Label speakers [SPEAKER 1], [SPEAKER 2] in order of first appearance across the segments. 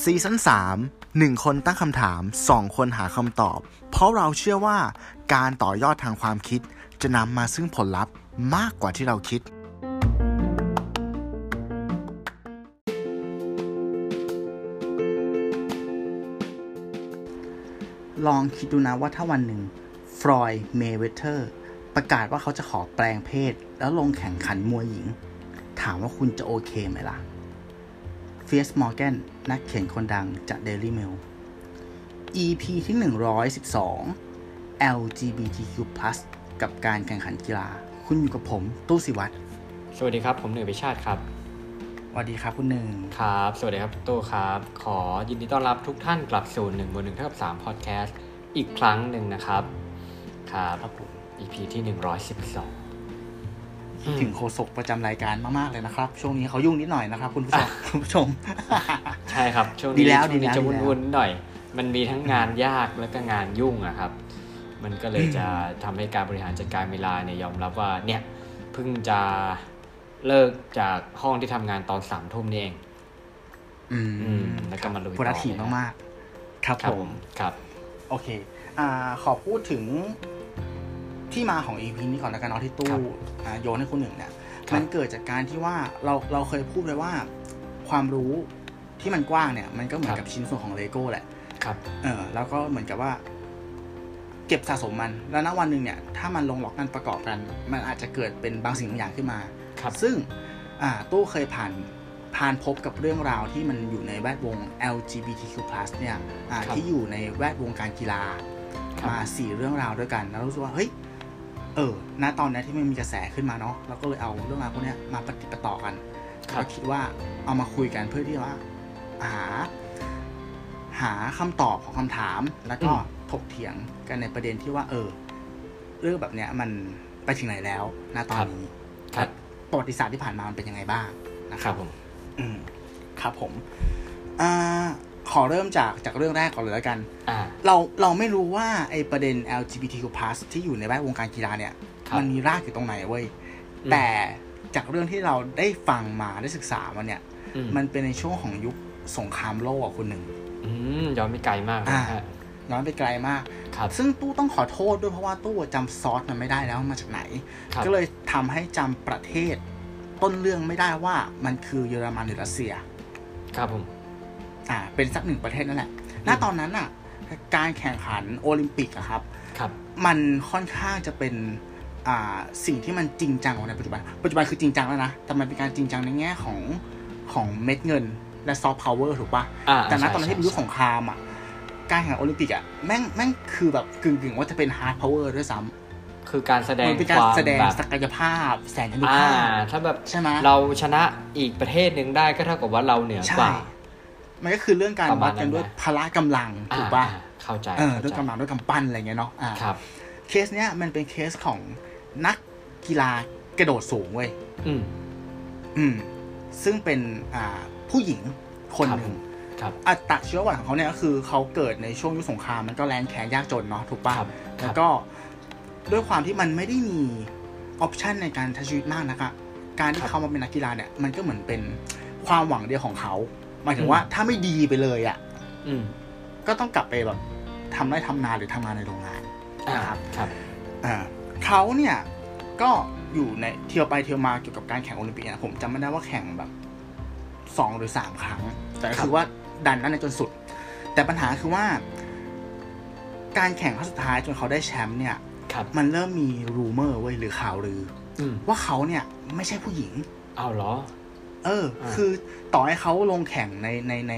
[SPEAKER 1] ซีซั่น3หนึ่งคนตั้งคำถาม 2 คนหาคำตอบ เพราะเราเชื่อว่าการต่อยอดทางความคิด จะนำมาซึ่งผลลัพธ์มากกว่าที่เราคิด ลองคิดดูนะว่าถ้าวันหนึ่งฟรอยเมเวเทอร์ ประกาศว่าเขาจะขอแปลงเพศ แล้วลงแข่งขันมวยหญิง ถามว่าคุณจะโอเคไหมล่ะ เฟียสมอร์แกนนักเขียนคนดังจาก Daily Mail EP ที่ 112 LGBTQ+ กับการแข่งขันกีฬา คุณอยู่กับผมตู้สิวัตร
[SPEAKER 2] สวัสดีครับ ผมหนึ่งพิชาติครับ
[SPEAKER 1] สวัสดีครับคุณหนึ่ง
[SPEAKER 2] ครับ สวัสดีครับโตครับ ขอยินดีต้อนรับทุกท่านกลับสู่1นึ่งบนหนึ่งเท่ากับสามพอดแคสต์อีกครั้งหนึ่งนะครับ ครับ
[SPEAKER 1] ครับผม
[SPEAKER 2] EP ที่หนึ่งร้อยสิบสอง
[SPEAKER 1] คิดถึงโฆษกประจำรายการมากๆเลยนะครับ ช่วงนี้เขายุ่งนิดหน่อยนะครับคุณผู้ชมคุณผู้ชม
[SPEAKER 2] ใช่ครับ ช่วง
[SPEAKER 1] ดี
[SPEAKER 2] นี้
[SPEAKER 1] แล้ว
[SPEAKER 2] ช่วง
[SPEAKER 1] ดี
[SPEAKER 2] นี้
[SPEAKER 1] แล้ว
[SPEAKER 2] จะ
[SPEAKER 1] ดีแล้ว
[SPEAKER 2] วุ่นๆหน่อย มันมีทั้งงานยากแล้วก็งานยุ่งอะครับ มันก็เลยจะทำให้การบริหารจัดการเวลาเนี่ยยอมรับว่าเนี่ยเพิ่งจะเลิกจากห้องที่ทำงานตอนสามทุ่มนี่เอง
[SPEAKER 1] อืม
[SPEAKER 2] อืมแล้วก็มาลุยต่อ
[SPEAKER 1] โปรดักทีฟมากๆ ครับผม
[SPEAKER 2] ครับ
[SPEAKER 1] โอเค อ่า ขอพูดถึงที่มาของ EP นี้ก่อนแล้วกันเนาะที่ตู้
[SPEAKER 2] ครับ
[SPEAKER 1] อ่าโยนให้คุณหนึ่งเนี่ย
[SPEAKER 2] ครับ
[SPEAKER 1] มันเกิดจากการที่ว่าเราเราเคยพูดไปว่า ความรู้ที่มันกว้างเนี่ย มันก็เหมือ
[SPEAKER 2] ค
[SPEAKER 1] น
[SPEAKER 2] รับ
[SPEAKER 1] กับชิ้นส่วนของเลโก้แหละ
[SPEAKER 2] ครับ
[SPEAKER 1] เออ แล้วก็เหมือนกับว่า เก็บสะสมมัน แล้วณวันหนึ่งเนี่ย ถ้ามันลงล็อกกันประกอบกัน มันอาจจะเกิดเป็นบางสิ่งบางอย่างขึ้นมา
[SPEAKER 2] ครับ
[SPEAKER 1] ซึ่งอ่าตู้เคยผ่านผ่านพบกับเรื่องราวที่มันอยู่ในแวดวง LGBTQ+ เนี่ยอ่า
[SPEAKER 2] ครับ
[SPEAKER 1] ที่อยู่ในแวดวงการกีฬา
[SPEAKER 2] ครับ
[SPEAKER 1] มาสี่เรื่องราวด้วยกัน แล้วรู้สึกว่า เฮ้ย เออณตอนเนี้ยที่มันมีกระแสขึ้นมาเนาะเราก็เลยเอาเรื่องราวพวกเนี้ยมาปฏิดปะต่อกัน
[SPEAKER 2] ครับ
[SPEAKER 1] ก็คิดว่าเอามาคุยกันเพื่อที่ว่า หา หาคำตอบของคำถาม แล้วก็
[SPEAKER 2] อืม
[SPEAKER 1] ถกเถียงกันในประเด็นที่ว่า เออ เรื่องแบบเนี้ยมันไปถึงไหนแล้วณตอนนี้
[SPEAKER 2] ครับ
[SPEAKER 1] ประวัติศาสตร์ที่ผ่านมามันเป็นยังไงบ้างนะ
[SPEAKER 2] ค
[SPEAKER 1] ค
[SPEAKER 2] รั
[SPEAKER 1] รั
[SPEAKER 2] บบ ผม
[SPEAKER 1] อืมครับผมอ่าขอเริ่มจากจากเรื่องแรกก่อนเลยแล้วกัน
[SPEAKER 2] อ่า
[SPEAKER 1] เราเราไม่รู้ว่าไอประเด็น LGBTQ+ ที่อยู่ในแวดวงการกีฬาเนี่ย
[SPEAKER 2] ครับ
[SPEAKER 1] มัมีรากอยู่ตรงไหนเว้ย
[SPEAKER 2] อืม
[SPEAKER 1] แต่จากเรื่องที่เราได้ฟังมาได้ศึกษามาเนี่ย
[SPEAKER 2] อืม
[SPEAKER 1] มันเป็นในช่วงของยุคสงครามโลกอ่ะคนหนึ่ง
[SPEAKER 2] อืมย้อนไปไกลมากเลยนะฮะ
[SPEAKER 1] ย้อนไปไกลมาก
[SPEAKER 2] ครับ
[SPEAKER 1] ซึ่งตู้ต้องขอโทษด้วยเพราะว่าตู้จำซอสมันไม่ได้แล้วมันมาจากไหน
[SPEAKER 2] ครับ
[SPEAKER 1] ก็เลยทำให้จำประเทศ ต้นเรื่องไม่ได้ว่ามันคือเยอรมันหรือรัสเซีย
[SPEAKER 2] ครับผม
[SPEAKER 1] อ่า เป็นสักหนึ่งประเทศนั่นแหละ ณ
[SPEAKER 2] อืม
[SPEAKER 1] ตอนนั้นอ่ะ การแข่งขันโอลิมปิกอะครับ
[SPEAKER 2] ครับ
[SPEAKER 1] มันค่อนข้างจะเป็น อ่า สิ่งที่มันจริงจังกว่าในปัจจุบัน ปัจจุบันคือจริงจังแล้วนะ แต่มันเป็นการจริงจังในแง่ของของเม็ดเงิน และซอฟต์พาวเวอร์ถูกปะ
[SPEAKER 2] อ่า
[SPEAKER 1] แต่ณ
[SPEAKER 2] ใช่
[SPEAKER 1] ตอนนั้นที่เป็นยุค
[SPEAKER 2] ใช่
[SPEAKER 1] สงครามอ่ะ การแข่งขันโอลิมปิกอ่ะ แม่งแม่งคือแบบกึ่งๆว่าจะเป็นฮาร์ดพาวเวอร์ด้วยซ้ำ
[SPEAKER 2] คือการแสดง
[SPEAKER 1] มันเป็น
[SPEAKER 2] ค
[SPEAKER 1] การ
[SPEAKER 2] วาม
[SPEAKER 1] แสดง
[SPEAKER 2] แบบ
[SPEAKER 1] ศักยภาพ แสนยานุ
[SPEAKER 2] อ่า
[SPEAKER 1] ภาพ
[SPEAKER 2] ถ้าแบบ
[SPEAKER 1] ใช่ไหม
[SPEAKER 2] เราชนะอีกประเทศหนึ่งได้ก็เท่ากับว่าเราเหนือก
[SPEAKER 1] ใช่
[SPEAKER 2] ว่า
[SPEAKER 1] มันก็คือเรื่องการ
[SPEAKER 2] ประมา
[SPEAKER 1] วัด
[SPEAKER 2] ณ
[SPEAKER 1] กันด้วย
[SPEAKER 2] นั้นนะ
[SPEAKER 1] พละกำลังถูกปะ
[SPEAKER 2] อ่าเข้าใจ
[SPEAKER 1] เออ
[SPEAKER 2] ข้า
[SPEAKER 1] ด้ว
[SPEAKER 2] ใจ
[SPEAKER 1] ยกำลังด้วยกำปั้นอะไรเงี้ยเนาะอ่า
[SPEAKER 2] ครับ
[SPEAKER 1] เคสเนี้ยมันเป็นเคสของนักกีฬากระโดดสูงเว้ย
[SPEAKER 2] อืม
[SPEAKER 1] อืม ซึ่งเป็นอ่าผู้หญิงคนหนึ่ง
[SPEAKER 2] ครับ
[SPEAKER 1] อัตราชีวประวัติของเขาเนี่ยก็คือเขาเกิดในช่วงยุคสงครามมันก็แรงแค้นยากจนเนาะถูกปะ
[SPEAKER 2] ครับ
[SPEAKER 1] แล้วก็ด้วยความที่มันไม่ได้มีออปชันในการใช้ชีวิตมากนะคะการที่
[SPEAKER 2] ครับ
[SPEAKER 1] เขามาเป็นนักกีฬาเนี่ย มันก็เหมือนเป็นความหวังเดียวของเขาหมายถึงว่า
[SPEAKER 2] อืม
[SPEAKER 1] ถ้าไม่ดีไปเลยอ่ะ
[SPEAKER 2] อืม
[SPEAKER 1] ก็ต้องกลับไปแบบทำไร่ทำนาหรือทำงานในโรงงาน
[SPEAKER 2] อ่า
[SPEAKER 1] ครับ
[SPEAKER 2] ครับ
[SPEAKER 1] อ่าเขาเนี่ยก็อยู่ในเที่ยวไปเที่ยวมาเกี่ยวกับการแข่งโอลิมปิกนะผมจำไม่ได้ว่าแข่งแบบสองหรือสามครั้ง แต่ก็
[SPEAKER 2] ครับ
[SPEAKER 1] คือว่าดันนั่นนะจนสุด แต่ปัญหาคือว่า การแข่งครั้งสุดท้ายจนเขาได้แชมป์เนี่ย
[SPEAKER 2] ครับ
[SPEAKER 1] มันเริ่มมีรูเมอร์เว้ยหรือข่าวลือ
[SPEAKER 2] อืม
[SPEAKER 1] ว่าเขาเนี่ยไม่ใช่ผู้หญิง
[SPEAKER 2] เอาเหรอ
[SPEAKER 1] เออ
[SPEAKER 2] อ่า
[SPEAKER 1] คือต่อให้เขาลงแข่งในในใน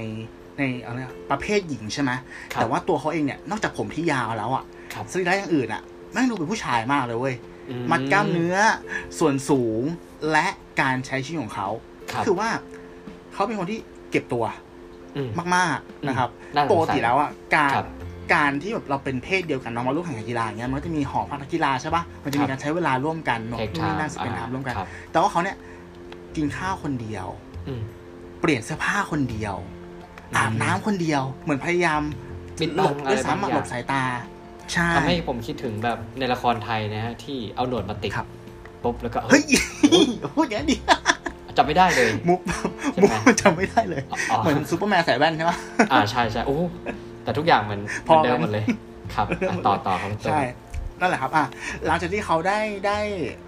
[SPEAKER 1] ในอะไรอะประเภทหญิงใช่ไหม
[SPEAKER 2] ครับ
[SPEAKER 1] แต่ว่าตัวเขาเองเนี่ยนอกจากผมที่ยาวแล้วอะ
[SPEAKER 2] ครับ
[SPEAKER 1] สรีระอย่างอื่นอะแม่งดูเป็นผู้ชายมากเลยเว้ย
[SPEAKER 2] อื
[SPEAKER 1] มัดกล้ามเนื้อส่วนสูงและการใช้ชีวิตของเขา
[SPEAKER 2] ครับ
[SPEAKER 1] คือว่าเขาเป็นคนที่เก็บตัว
[SPEAKER 2] อืม
[SPEAKER 1] มากๆนะครับ
[SPEAKER 2] น่าสงสัย
[SPEAKER 1] ปกติแล้วอ่ะการ
[SPEAKER 2] ครับ
[SPEAKER 1] การที่แบบเราเป็นเพศเดียวกันเรามาร่วมแข่งขันกีฬาอย่างเงี้ยมันก็จะมีหอพักนักกีฬาใช่ปะมันจะมี
[SPEAKER 2] ครับ
[SPEAKER 1] การใช้เวลาร่วมกันนอน
[SPEAKER 2] เทค
[SPEAKER 1] นู่น
[SPEAKER 2] ทา
[SPEAKER 1] นี่
[SPEAKER 2] ม
[SPEAKER 1] นั่นสเปนน้ำร่วมกัน
[SPEAKER 2] ครับ
[SPEAKER 1] แต่ว่าเขาเนี่ยกินข้าวคนเดียว
[SPEAKER 2] อืม
[SPEAKER 1] เปลี่ยนเสื้อผ้าคนเดียว
[SPEAKER 2] อืม
[SPEAKER 1] อาบน้ำคนเดียว เหมือนพยายาม
[SPEAKER 2] ปิด
[SPEAKER 1] หล
[SPEAKER 2] บัง
[SPEAKER 1] บ
[SPEAKER 2] อะ
[SPEAKER 1] ด้วย
[SPEAKER 2] ไรบาง
[SPEAKER 1] ซ้ำอะ
[SPEAKER 2] อ
[SPEAKER 1] หล
[SPEAKER 2] ย่าง
[SPEAKER 1] บสายตาใช่
[SPEAKER 2] ทำให้ผมคิดถึงแบบในละครไทยนะฮะที่เอาหนวดมาติด
[SPEAKER 1] ครับ
[SPEAKER 2] ปุ๊บแล้วก็เฮ้
[SPEAKER 1] เฮ้
[SPEAKER 2] ย
[SPEAKER 1] ย พูดอย่างนี้ดิ
[SPEAKER 2] จับไม่ได้เลย
[SPEAKER 1] มุก
[SPEAKER 2] ใช่ไหม
[SPEAKER 1] มุกมันจำไม่ได้เลย
[SPEAKER 2] อ๋อ
[SPEAKER 1] เหมือนซูเปอร์แมนใส่แว่นใช่ไหม
[SPEAKER 2] อ่าใช่ใช่โอ้แต่ทุกอย่างเหมือนเห
[SPEAKER 1] พอ
[SPEAKER 2] มือนเดิ
[SPEAKER 1] กั
[SPEAKER 2] ม
[SPEAKER 1] น
[SPEAKER 2] หมดเลยครับอ่ะต่อต่อครับคุณเต้
[SPEAKER 1] ใช่
[SPEAKER 2] ย
[SPEAKER 1] นั่นแหละครับอ่ะหลังจากที่เขาได้ได้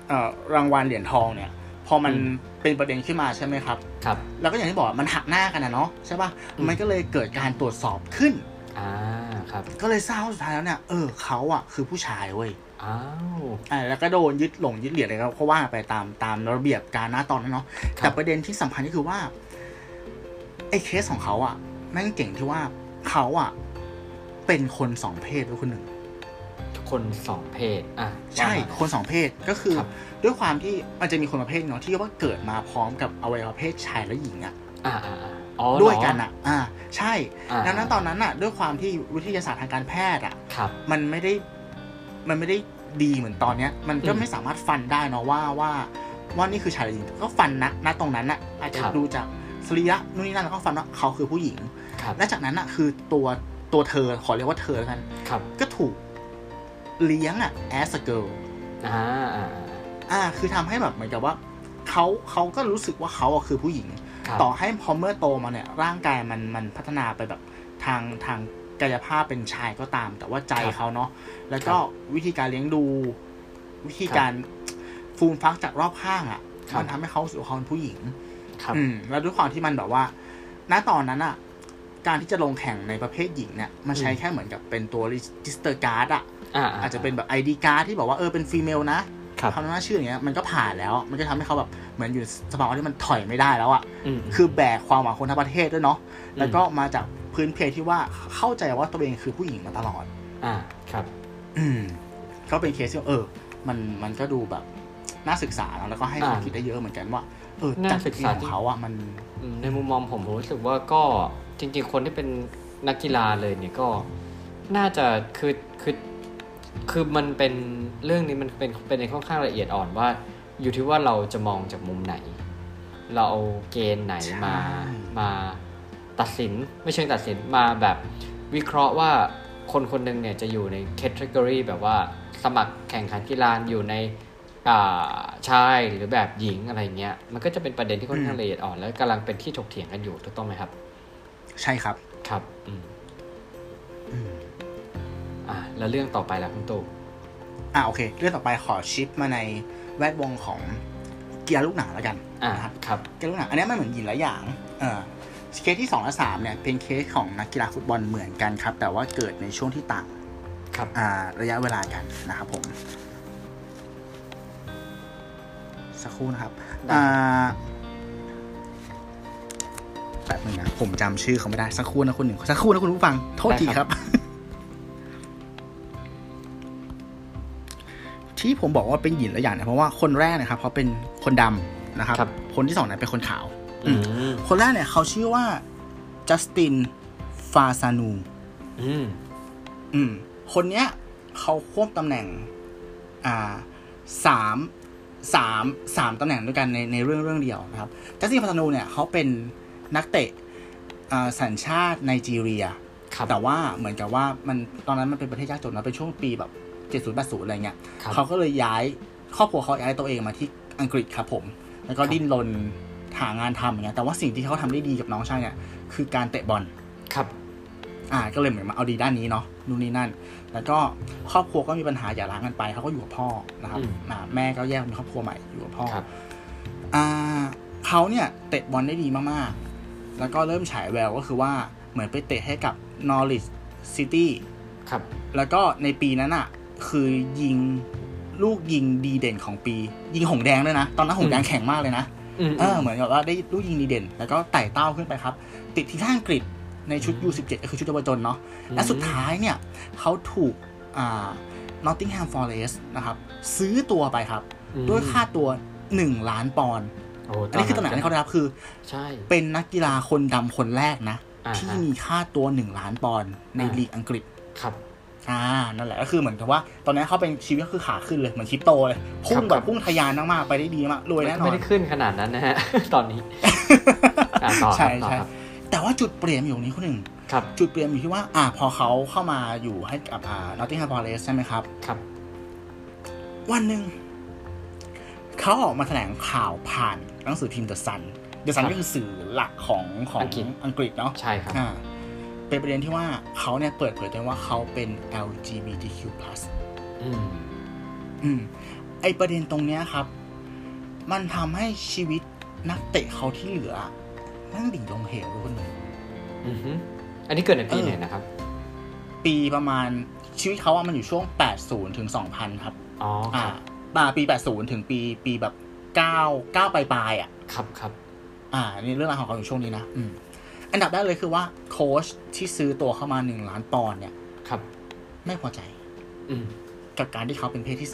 [SPEAKER 1] เอ่อรางวัลเหรียญทองเนี่ย พอมัน
[SPEAKER 2] อืม
[SPEAKER 1] เป็นประเด็นขึ้นมาใช่ไหมครับ
[SPEAKER 2] ครับ
[SPEAKER 1] แล้วก็อย่างที่บอกมันหักหน้ากันนะเนาะใช่ป่ะ
[SPEAKER 2] อืม
[SPEAKER 1] มันก็เลยเกิดการตรวจสอบขึ้น
[SPEAKER 2] อ่าครับ
[SPEAKER 1] ก็เลยทราบว่าสุดท้ายแล้วเนี่ย เออเขาอ่ะคือผู้ชายเว้ย
[SPEAKER 2] อ้าว
[SPEAKER 1] อ่าแล้วก็โดนยึดหลงยึดเหรียญอะไรก็ว่าไปตามตามระเบียบการหน้าตอนนั้นเนาะ
[SPEAKER 2] ค
[SPEAKER 1] แต่
[SPEAKER 2] รับ
[SPEAKER 1] ประเด็นที่สำคัญก็คือว่าไอ้เคสของเขาอะแม่งเจ๋งที่ว่าเขาอะเป็นคนสองเพศด้วยคนหนึ่ง
[SPEAKER 2] คนสองเพศอ่ะ
[SPEAKER 1] ใช่
[SPEAKER 2] ว่ามา
[SPEAKER 1] คนสองเพศก็คือ
[SPEAKER 2] ครับ
[SPEAKER 1] ด้วยความที่มันจะมีคนประเภทเนาะที่ว่าเกิดมาพร้อมกับอวัยวะเพศชายและหญิงอะ
[SPEAKER 2] อ่าอ่าอ่าอ๋อเหร
[SPEAKER 1] ด้วยกันอะอ่า ใช่
[SPEAKER 2] อ่า
[SPEAKER 1] ดังนั้นตอนนั้นอะด้วยความที่วิทยาศาสตร์ทางการแพทย์อะ
[SPEAKER 2] ครับ
[SPEAKER 1] มันไม่ได้มันไม่ได้ดีเหมือนตอนเนี้ย มันก็
[SPEAKER 2] อืม
[SPEAKER 1] ไม่สามารถฟันได้เนาะว่าว่าว่านี่คือชายหรือหญิงก็ฟันนะณตรงนั้นอะอาจจะ
[SPEAKER 2] ครับ
[SPEAKER 1] ดูจากสรีระนู่นนี่นั่นแล้วก็ฟันว่าเขาคือผู้หญิง
[SPEAKER 2] ครับ
[SPEAKER 1] และจากนั้นอ่ะคือตัวตัวเธอขอเรียกว่าเธอแล้วกัน
[SPEAKER 2] ครับ
[SPEAKER 1] ก็ถูกเลี้ยงอ่ะ as a girl
[SPEAKER 2] อ่าอ่าอ่า
[SPEAKER 1] อ่า คือทำให้แบบเหมือนกับว่าเขาเขาก็รู้สึกว่าเขาอ่ะคือผู้หญิง
[SPEAKER 2] ครับ
[SPEAKER 1] ต่อให้พอเมื่อโตมาเนี่ย ร่างกายมันมันพัฒนาไปแบบทางทางกายภาพเป็นชายก็ตาม แต่ว่าใจเขาเนาะแล้วก็วิธีการเลี้ยงดู วิธีการฟูมฟักจากรอบข้างอ่ะมันทำให้เขารู้สู่าเขาเป็นผู้หญิง
[SPEAKER 2] ครับ
[SPEAKER 1] อืมแล้วด้วยความที่มันแบบว่า ณ ตอนนั้นอ่ะ การที่จะลงแข่งในประเภทหญิงเนี่ย มันใช้แค่เหมือนกับเป็นตัว register card อ่ะ
[SPEAKER 2] อ่า
[SPEAKER 1] อาจจะเป็นแบบ ID card ที่บอกว่าเออเป็น female นะ
[SPEAKER 2] ครับ
[SPEAKER 1] คำนั้นหน้าชื่ออย่างเงี้ย มันก็ผ่านแล้ว มันก็ทำให้เขาแบบ เหมือนอยู่สภาวะที่มันถอยไม่ได้แล้วอ่ะ
[SPEAKER 2] อืม
[SPEAKER 1] คือแบกความหวังคนทั้งประเทศด้วยเนาะ
[SPEAKER 2] ม
[SPEAKER 1] แล้วก็มาจากพื้นเพที่ว่าเข้าใจว่าตัวเองคือผู้หญิงมาตลอด
[SPEAKER 2] อ่าครับ
[SPEAKER 1] อืมก็เป็นเคสที่เออ มันมันก็ดูแบบน่าศึกษาเนอะแล้วก็ให้ความ
[SPEAKER 2] อ่า
[SPEAKER 1] คิดได้เยอะเหมือนกันว่า เออ
[SPEAKER 2] น่า
[SPEAKER 1] จาก
[SPEAKER 2] ศึ
[SPEAKER 1] ที่
[SPEAKER 2] กษา
[SPEAKER 1] ของเขาอ่ะมัน
[SPEAKER 2] อืมในมุมมองผมผมรู้สึกว่าก็จริง ๆ คนที่เป็นนักกีฬาเลยเนี่ยก็น่าจะคือคือคือมันเป็นเรื่องนี้มันเป็นเป็นในค่อนข้างละเอียดอ่อนว่า อยู่ที่ว่าเราจะมองจากมุมไหน เราเอาเกณฑ์ไหน
[SPEAKER 1] ใช่
[SPEAKER 2] มามาตัดสินไม่เชิงตัดสินมาแบบวิเคราะห์ว่าคนคนหนึ่งเนี่ยจะอยู่ในแคตตากรีแบบว่าสมัครแข่งขันกีฬาอยู่ใน อ่าชายหรือแบบหญิงอะไรเงี้ย มันก็จะเป็นประเด็นที่ค่อนข้างละเอียดอ่อน แล้วกำลังเป็นที่ถกเถียงกันอยู่ถูกต้องไหมครับ
[SPEAKER 1] ใช่ครับ
[SPEAKER 2] ครับอืม
[SPEAKER 1] อืม
[SPEAKER 2] อ่าแล้วเรื่องต่อไปล่ะคุณตู่
[SPEAKER 1] อ่ะโอเค เรื่องต่อไปขอชิปมาในแวดวงของเกียร์ลูกหนังแล้วกัน
[SPEAKER 2] อ่า
[SPEAKER 1] นะครับ
[SPEAKER 2] ครับ
[SPEAKER 1] เกียร์ลูกหนังอันนี้มันเหมือนหยินหลายอย่างเออเคสที่2และ3เนี่ยเป็นเคสของนักกีฬาฟุตบอลเหมือนกันครับ แต่ว่าเกิดในช่วงที่ต่าง
[SPEAKER 2] ครับ
[SPEAKER 1] อ่าระยะเวลากันนะครับผม สักครู่นะครับ
[SPEAKER 2] ได้
[SPEAKER 1] อ่าแป๊บหนึงนะผมจำชื่อเขาไม่ได้ สักครู่นะคุณหนึ่งสักครู่นะคุณผู้ฟังโทษที ครับ ที่ผมบอกว่าเป็นหญินและหยางเนี่ยเพราะว่าคนแรกเนะครับเขาเป็นคนดำนะครับ
[SPEAKER 2] ครับ
[SPEAKER 1] คนที่สองเนี่ยเป็นคนขาว
[SPEAKER 2] อืม
[SPEAKER 1] คนแรกเนี่ยเขาชื่อว่าจัสตินฟาซานู
[SPEAKER 2] อืม
[SPEAKER 1] อืมคนเนี้ยเขาควบตำแหน่งอ่าสามสามสามตำแหน่งด้วยกันในในเรื่องเรื่องเดียวนะครับจัสตินฟาซานูเนี่ยเขาเป็นนักเตะอ่าสัญชาติไนจีเรีย
[SPEAKER 2] ครับ
[SPEAKER 1] แต่ว่าเหมือนกับว่ามันตอนนั้นมันเป็นประเทศยากจนนะเป็นช่วงปีแบบเจ็ดศูนย์แปดศูนย์อะไรเงี้ย
[SPEAKER 2] ครับ
[SPEAKER 1] เขาก็เลยย้ายครอบครัวเขาย้ายตัวเองมาที่อังกฤษครับผม แล้วก็
[SPEAKER 2] ครับ
[SPEAKER 1] ดิ้นรนหางานทำอย่างเงี้ยแต่ว่าสิ่งที่เขาทำได้ดีกับน้องชายเนี่ยคือการเตะบอล
[SPEAKER 2] ครับ
[SPEAKER 1] อ่าก็เลยเหมือนมาเอาดีด้านนี้เนาะนู่นนี่นั่น แล้วก็ครอบครัวก็มีปัญหาอย่าร้างกันไปเขาก็อยู่กับพ่อนะครับอ่าแม่ก็แยกมีครอบครัวใหม่อยู่กับพ่อ
[SPEAKER 2] ครับ
[SPEAKER 1] อ่าเขาเนี่ยเตะบอลได้ดีมากๆ แล้วก็เริ่มฉายแววก็คือว่าเหมือนไปเตะให้กับ Norwich City
[SPEAKER 2] ครับ
[SPEAKER 1] แล้วก็ในปีนั้นอ่ะ คือยิงลูกยิงดีเด่นของปี ยิงหงแดงด้วยนะ ตอนนั้นหงแดงแข็งมากเลยนะ
[SPEAKER 2] อืม
[SPEAKER 1] เออเหมือนกับว่าได้ลูกยิงดีเด่น แล้วก็ไต่เต้าขึ้นไปครับ ติดทีมชาติอังกฤษในชุด U17 ก็คือชุดเยาวชนเนาะและสุดท้ายเนี่ยเขาถูกอ่า Nottingham Forest นะครับ ซื้อตัวไปครับ
[SPEAKER 2] อืม
[SPEAKER 1] ด้วยค่าตัว 1 ล้านปอนด์
[SPEAKER 2] โอ้
[SPEAKER 1] อันนี้คือตำแหน่งที่เขาได้รับคือ
[SPEAKER 2] ใช่
[SPEAKER 1] เป็นนักกีฬาคนดำคนแรกนะ
[SPEAKER 2] อ่า
[SPEAKER 1] ที่
[SPEAKER 2] ฮะ
[SPEAKER 1] มีค่าตัว 1 ล้านปอนด์ใน
[SPEAKER 2] อ่า
[SPEAKER 1] ลีกอังกฤษ
[SPEAKER 2] ครับ
[SPEAKER 1] อ่า นั่นแหละก็คือเหมือนกับว่า ตอนนี้นเขาเป็นชีวิตก็คือขาขึ้นเลย เหมือนคริปโตเลย พุ่งแบบพุ่งทะยานมากๆ ไปได้ดีมากรวยแน่นอ
[SPEAKER 2] ไม่
[SPEAKER 1] น
[SPEAKER 2] ได้ขึ้นขนาดนั้นนะฮะ ตอนนี้อ่าต่อค
[SPEAKER 1] ใช่
[SPEAKER 2] รับต่อ
[SPEAKER 1] ใช่
[SPEAKER 2] ครับ
[SPEAKER 1] แต่ว่าจุดเปลี่ยนอยู่ตรงนี้คนหนึ่ง
[SPEAKER 2] ครับ
[SPEAKER 1] จุดเปลี่ยนอยู่ที่ว่า อ่า พอเขาเข้ามาอยู่ให้กับอ่านอตติงแฮมฟอเรสใช่ไหมครับ
[SPEAKER 2] ครับ
[SPEAKER 1] วันหนึ่ง เขาออกมาแถลงข่าวผ่านหนังสือพิมพ์เดอะซันเดอะซัน
[SPEAKER 2] ครับ
[SPEAKER 1] ก็คือสื่อหลักของของ
[SPEAKER 2] อังกฤษ
[SPEAKER 1] อังกฤษเนาะ
[SPEAKER 2] ใช่ครับ
[SPEAKER 1] อ่าเป็นประเด็นที่ว่าเขาเนี่ยเปิดเผยตัวเองว่าเขาเป็น LGBTQ+
[SPEAKER 2] อืม
[SPEAKER 1] อืมไอประเด็นตรงเนี้ยครับ มันทำให้ชีวิตนักเตะเขาที่เหลือแมั่งดิ่งลงเหวเลยคนหนึ่ง
[SPEAKER 2] อือฮึอันนี้เกิดในปี
[SPEAKER 1] เออ
[SPEAKER 2] ไหนนะครับ
[SPEAKER 1] ปีประมาณชีวิตเขาอะมันอยู่ช่วง 80 ถึง 2000 ครับ
[SPEAKER 2] อ๋อค
[SPEAKER 1] อ่า
[SPEAKER 2] รับ
[SPEAKER 1] ปาปี 80 ถึงปีปีแบบ 9 9ปลายปลายๆอ่ะ
[SPEAKER 2] ครับครับ
[SPEAKER 1] อ่า นี่เรื่องราวของเขาอยู่ช่วงนี้นะอืมอันดับแรกเลยคือว่าโค้ชที่ซื้อตัวเข้ามา 1 ล้านปอนด์เนี่ย
[SPEAKER 2] ครับ
[SPEAKER 1] ไม่พอใจ
[SPEAKER 2] อืม
[SPEAKER 1] กับการที่เขาเป็นเพศที่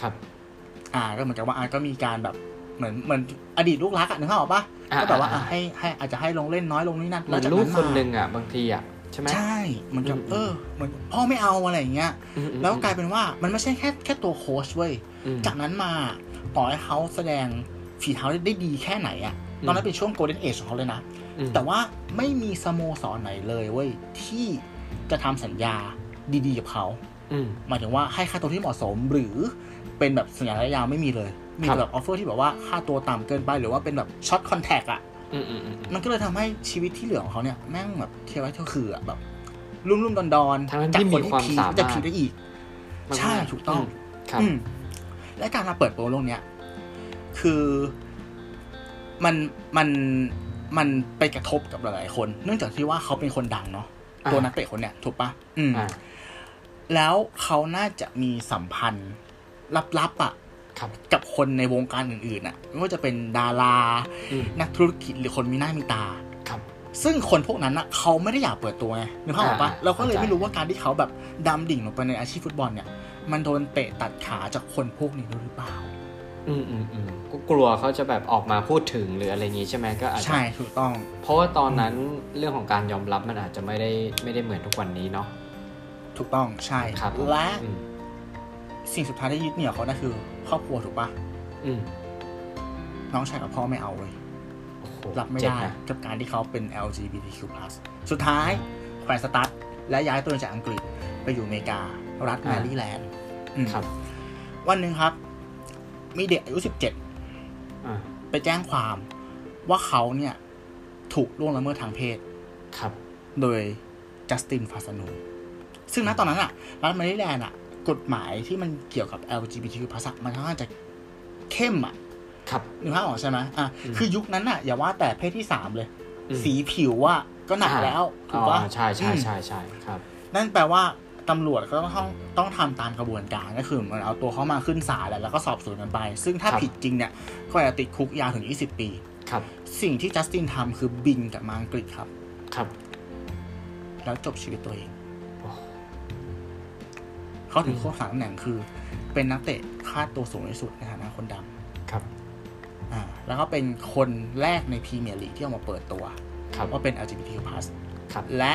[SPEAKER 2] ครับ
[SPEAKER 1] 3 อ่า ก็เหมือนกับว่าอ่าก็มีการแบบเหมือนเหมือนอดีตลูกรักอ่ะนึกภาพออกปะ
[SPEAKER 2] อ่า
[SPEAKER 1] ก็แบบว่าอ่า
[SPEAKER 2] อ่า
[SPEAKER 1] ให้ให้อาจจะให้ลงเล่นน้อยลงนี่นั่น
[SPEAKER 2] เหมือน
[SPEAKER 1] แล้วจาก
[SPEAKER 2] ลูก
[SPEAKER 1] มา
[SPEAKER 2] คนหนึ่งอ่ะ บางทีอ่ะ ใช่ไหม
[SPEAKER 1] ใช่เหมือนกับ
[SPEAKER 2] อืม
[SPEAKER 1] เออเหมือนพ่อไม่เอาอะไรอย่างเงี้ย
[SPEAKER 2] อืมอืม
[SPEAKER 1] แล้วกลายเป็นว่ามันไม่ใช่แค่แค่ตัวโค้ชเว้ย
[SPEAKER 2] อืม
[SPEAKER 1] จากนั้นมาต่อให้เขาแสดงฝีเท้าได้ดีแค่ไหนอะ
[SPEAKER 2] อืม
[SPEAKER 1] ตอนนั้นเป็นช่วงโกลเด้นเอ e ของเขาเลยนะ
[SPEAKER 2] อืม
[SPEAKER 1] แต่ว่าไม่มีสโมสรไหนเลยเว้ย ที่จะทำสัญญาดีๆกับเขา
[SPEAKER 2] อืม
[SPEAKER 1] หมายถึงว่าให้ค่าตัวที่เหมาะสมหรือเป็นแบบสัญญาระยะยาวไม่มีเลย มี
[SPEAKER 2] ครับ
[SPEAKER 1] แต่แบบออฟเฟอร์ที่แบบว่าค่าตัวต่ำเกินไปหรือว่าเป็นแบบช็อตคอนแทคอะ
[SPEAKER 2] อืมอืมอืมอืม
[SPEAKER 1] มันก็เลยทำให้ชีวิตที่เหลือของเขาเนี่ยแม่งแบบเทวะเทวคืออะแบบรุ่มรุ่มดอนดอนๆ
[SPEAKER 2] ทั้งนั้น
[SPEAKER 1] จาก
[SPEAKER 2] ที่
[SPEAKER 1] ค
[SPEAKER 2] มี
[SPEAKER 1] น
[SPEAKER 2] ความ
[SPEAKER 1] พีค
[SPEAKER 2] สามารถ
[SPEAKER 1] จะพีคได้อีก
[SPEAKER 2] มากๆ
[SPEAKER 1] ใช่ถูกต้อง
[SPEAKER 2] มครับ
[SPEAKER 1] อืมและการมาเปิดโปงโลกเนี้ยคือมันมันมันไปกระทบกับหลายๆคน เนื่องจากที่ว่าเขาเป็นคนดังเนาะ
[SPEAKER 2] อ่า
[SPEAKER 1] ตัวนักเตะคนเนี้ยถูกปะอืม
[SPEAKER 2] อ่า
[SPEAKER 1] แล้วเขาน่าจะมีสัมพันธ์ลับๆอะ
[SPEAKER 2] ครับ
[SPEAKER 1] กับคนในวงการอื่นๆอะไม่ว่าจะเป็นดารา
[SPEAKER 2] อืม
[SPEAKER 1] นักธุรกิจหรือคนมีหน้ามีตา
[SPEAKER 2] ครับ
[SPEAKER 1] ซึ่งคนพวกนั้นอะเขาไม่ได้อยากเปิดตัวไงนึกภาพออกปะ
[SPEAKER 2] อ่า
[SPEAKER 1] เราก็เลย
[SPEAKER 2] เข้าใจ
[SPEAKER 1] ไม่รู้ว่าการที่เขาแบบดำดิ่งลงไปในอาชีพฟุตบอลเนี่ย มันโดนเตะตัดขาจากคนพวกนี้ด้วยหรือเปล่า
[SPEAKER 2] อืมอืมอืมก็กลัวเขาจะแบบออกมาพูดถึงหรืออะไรอย่างงี้ใช่ไหมก็อาจจะ
[SPEAKER 1] ใช่ถูกต้อง
[SPEAKER 2] เพราะว่าตอนนั้นเรื่องของการยอมรับมันอาจจะไม่ได้ไม่ได้เหมือนทุกวันนี้เนาะ
[SPEAKER 1] ถูกต้องใช่
[SPEAKER 2] ครับผม
[SPEAKER 1] และ
[SPEAKER 2] อืม
[SPEAKER 1] สิ่งสุดท้ายที่ยึดเหนี่ยวเขานั่นคือ ครอบครัวถูกปะ
[SPEAKER 2] อืม
[SPEAKER 1] น้องชายกับพ่อไม่เอาเลย
[SPEAKER 2] โอ้โห
[SPEAKER 1] รับไม่
[SPEAKER 2] เจ็
[SPEAKER 1] ได้
[SPEAKER 2] นะ
[SPEAKER 1] กับการที่เขาเป็น LGBTQ+ สุดท้ายแขวนสตั๊ดและย้ายตัวเองจากอังกฤษไปอยู่อเมริกา รัฐแมริแลนด์อืม
[SPEAKER 2] ครับ
[SPEAKER 1] วันหนึ่งครับ มีเด็กอายุ
[SPEAKER 2] อ่า
[SPEAKER 1] 17 ไปแจ้งความว่าเขาเนี่ย ถูกล่วงละเมิดทางเพศ
[SPEAKER 2] ครับ
[SPEAKER 1] โดยจัสตินฟาซานูซึ่งณตอนนั้นอะรัฐแมริแลนด์อะกฎหมายที่มันเกี่ยวกับ LGBTQ+ อะมันค่อนข้างจะเข้มอะ
[SPEAKER 2] ครับ
[SPEAKER 1] นึกภาพออกใช่ไหมอ่ะ
[SPEAKER 2] อืม
[SPEAKER 1] คือยุคนั้นน่ะ อย่าว่าแต่เพศที่สามเลย
[SPEAKER 2] อืม
[SPEAKER 1] สีผิวว่าก็หนักแล้ว ถู
[SPEAKER 2] อ๋
[SPEAKER 1] ก
[SPEAKER 2] อ
[SPEAKER 1] ปะ
[SPEAKER 2] ใช่ใช่
[SPEAKER 1] อืม
[SPEAKER 2] ใช่ใช่ครับ
[SPEAKER 1] นั่นแปลว่าตำรวจก็ต้องต้องทำตามกระบวนการก็คือเหมันเอาตัวเขามาขึ้นศาลแล้วแล้วก็สอบสวนกันไป ซึ่งถ้า
[SPEAKER 2] ครับ
[SPEAKER 1] ผิดจริงเนี่ย ก็อาจจะติดคุกยาวถึง 20 ปี
[SPEAKER 2] ครับ
[SPEAKER 1] สิ่งที่จัสตินทำคือบินกลับมาอังกฤษครับ
[SPEAKER 2] ครับ
[SPEAKER 1] แล้วจบชีวิตตัวเอง
[SPEAKER 2] โอ้
[SPEAKER 1] เขาถึงโค้ชสามตำแหน่งคือ เป็นนักเตะค่าตัวสูงที่สุดในฐานะคนด
[SPEAKER 2] ครับ
[SPEAKER 1] ำอ่า แล้วก็เป็นคนแรกในพรีเมียร์ลีกที่ออกมาเปิดตัว
[SPEAKER 2] ครับ
[SPEAKER 1] ว่าเป็น LGBTQ+
[SPEAKER 2] ครับ
[SPEAKER 1] และ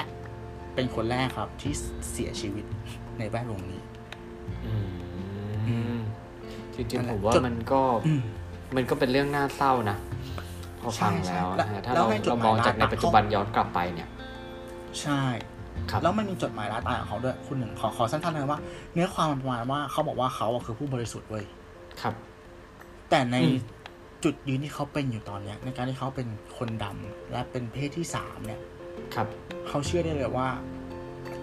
[SPEAKER 1] เป็นคนแรกครับที่เสียชีวิตในแวดวงนี้
[SPEAKER 2] อืมจริง
[SPEAKER 1] นั่น
[SPEAKER 2] ๆ
[SPEAKER 1] แห
[SPEAKER 2] ผ
[SPEAKER 1] ละ
[SPEAKER 2] มว่า
[SPEAKER 1] จด
[SPEAKER 2] มันก็มันก็เป็นเรื่องน่าเศร้านะพอฟัง
[SPEAKER 1] ใช่
[SPEAKER 2] แล้ว
[SPEAKER 1] ใช่
[SPEAKER 2] นะฮะถ้า
[SPEAKER 1] แล้ว
[SPEAKER 2] เรา
[SPEAKER 1] ให้จด
[SPEAKER 2] เรา
[SPEAKER 1] หมาย
[SPEAKER 2] มองจากใน
[SPEAKER 1] ลา
[SPEAKER 2] ปัจ
[SPEAKER 1] เขา
[SPEAKER 2] จุบันย้อนกลับไปเนี่ย
[SPEAKER 1] ใช่
[SPEAKER 2] ครับ
[SPEAKER 1] แล้วมันมีจดหมายลาตายของเขาด้วยคุณหนึ่งขอขอสั้นๆเลยว่า เนื้อความมันประมาณว่าเขาบอกว่าเขาอะคือผู้บริสุทธิ์เว้ย
[SPEAKER 2] ครับ
[SPEAKER 1] แต่ใน
[SPEAKER 2] อืม
[SPEAKER 1] จุดยืนที่เขาเป็นอยู่ตอนเนี้ยในการที่เขาเป็นคนดำและเป็นเพศที่สามเนี่ย
[SPEAKER 2] ครับ
[SPEAKER 1] เขาเชื่อได้เลยว่า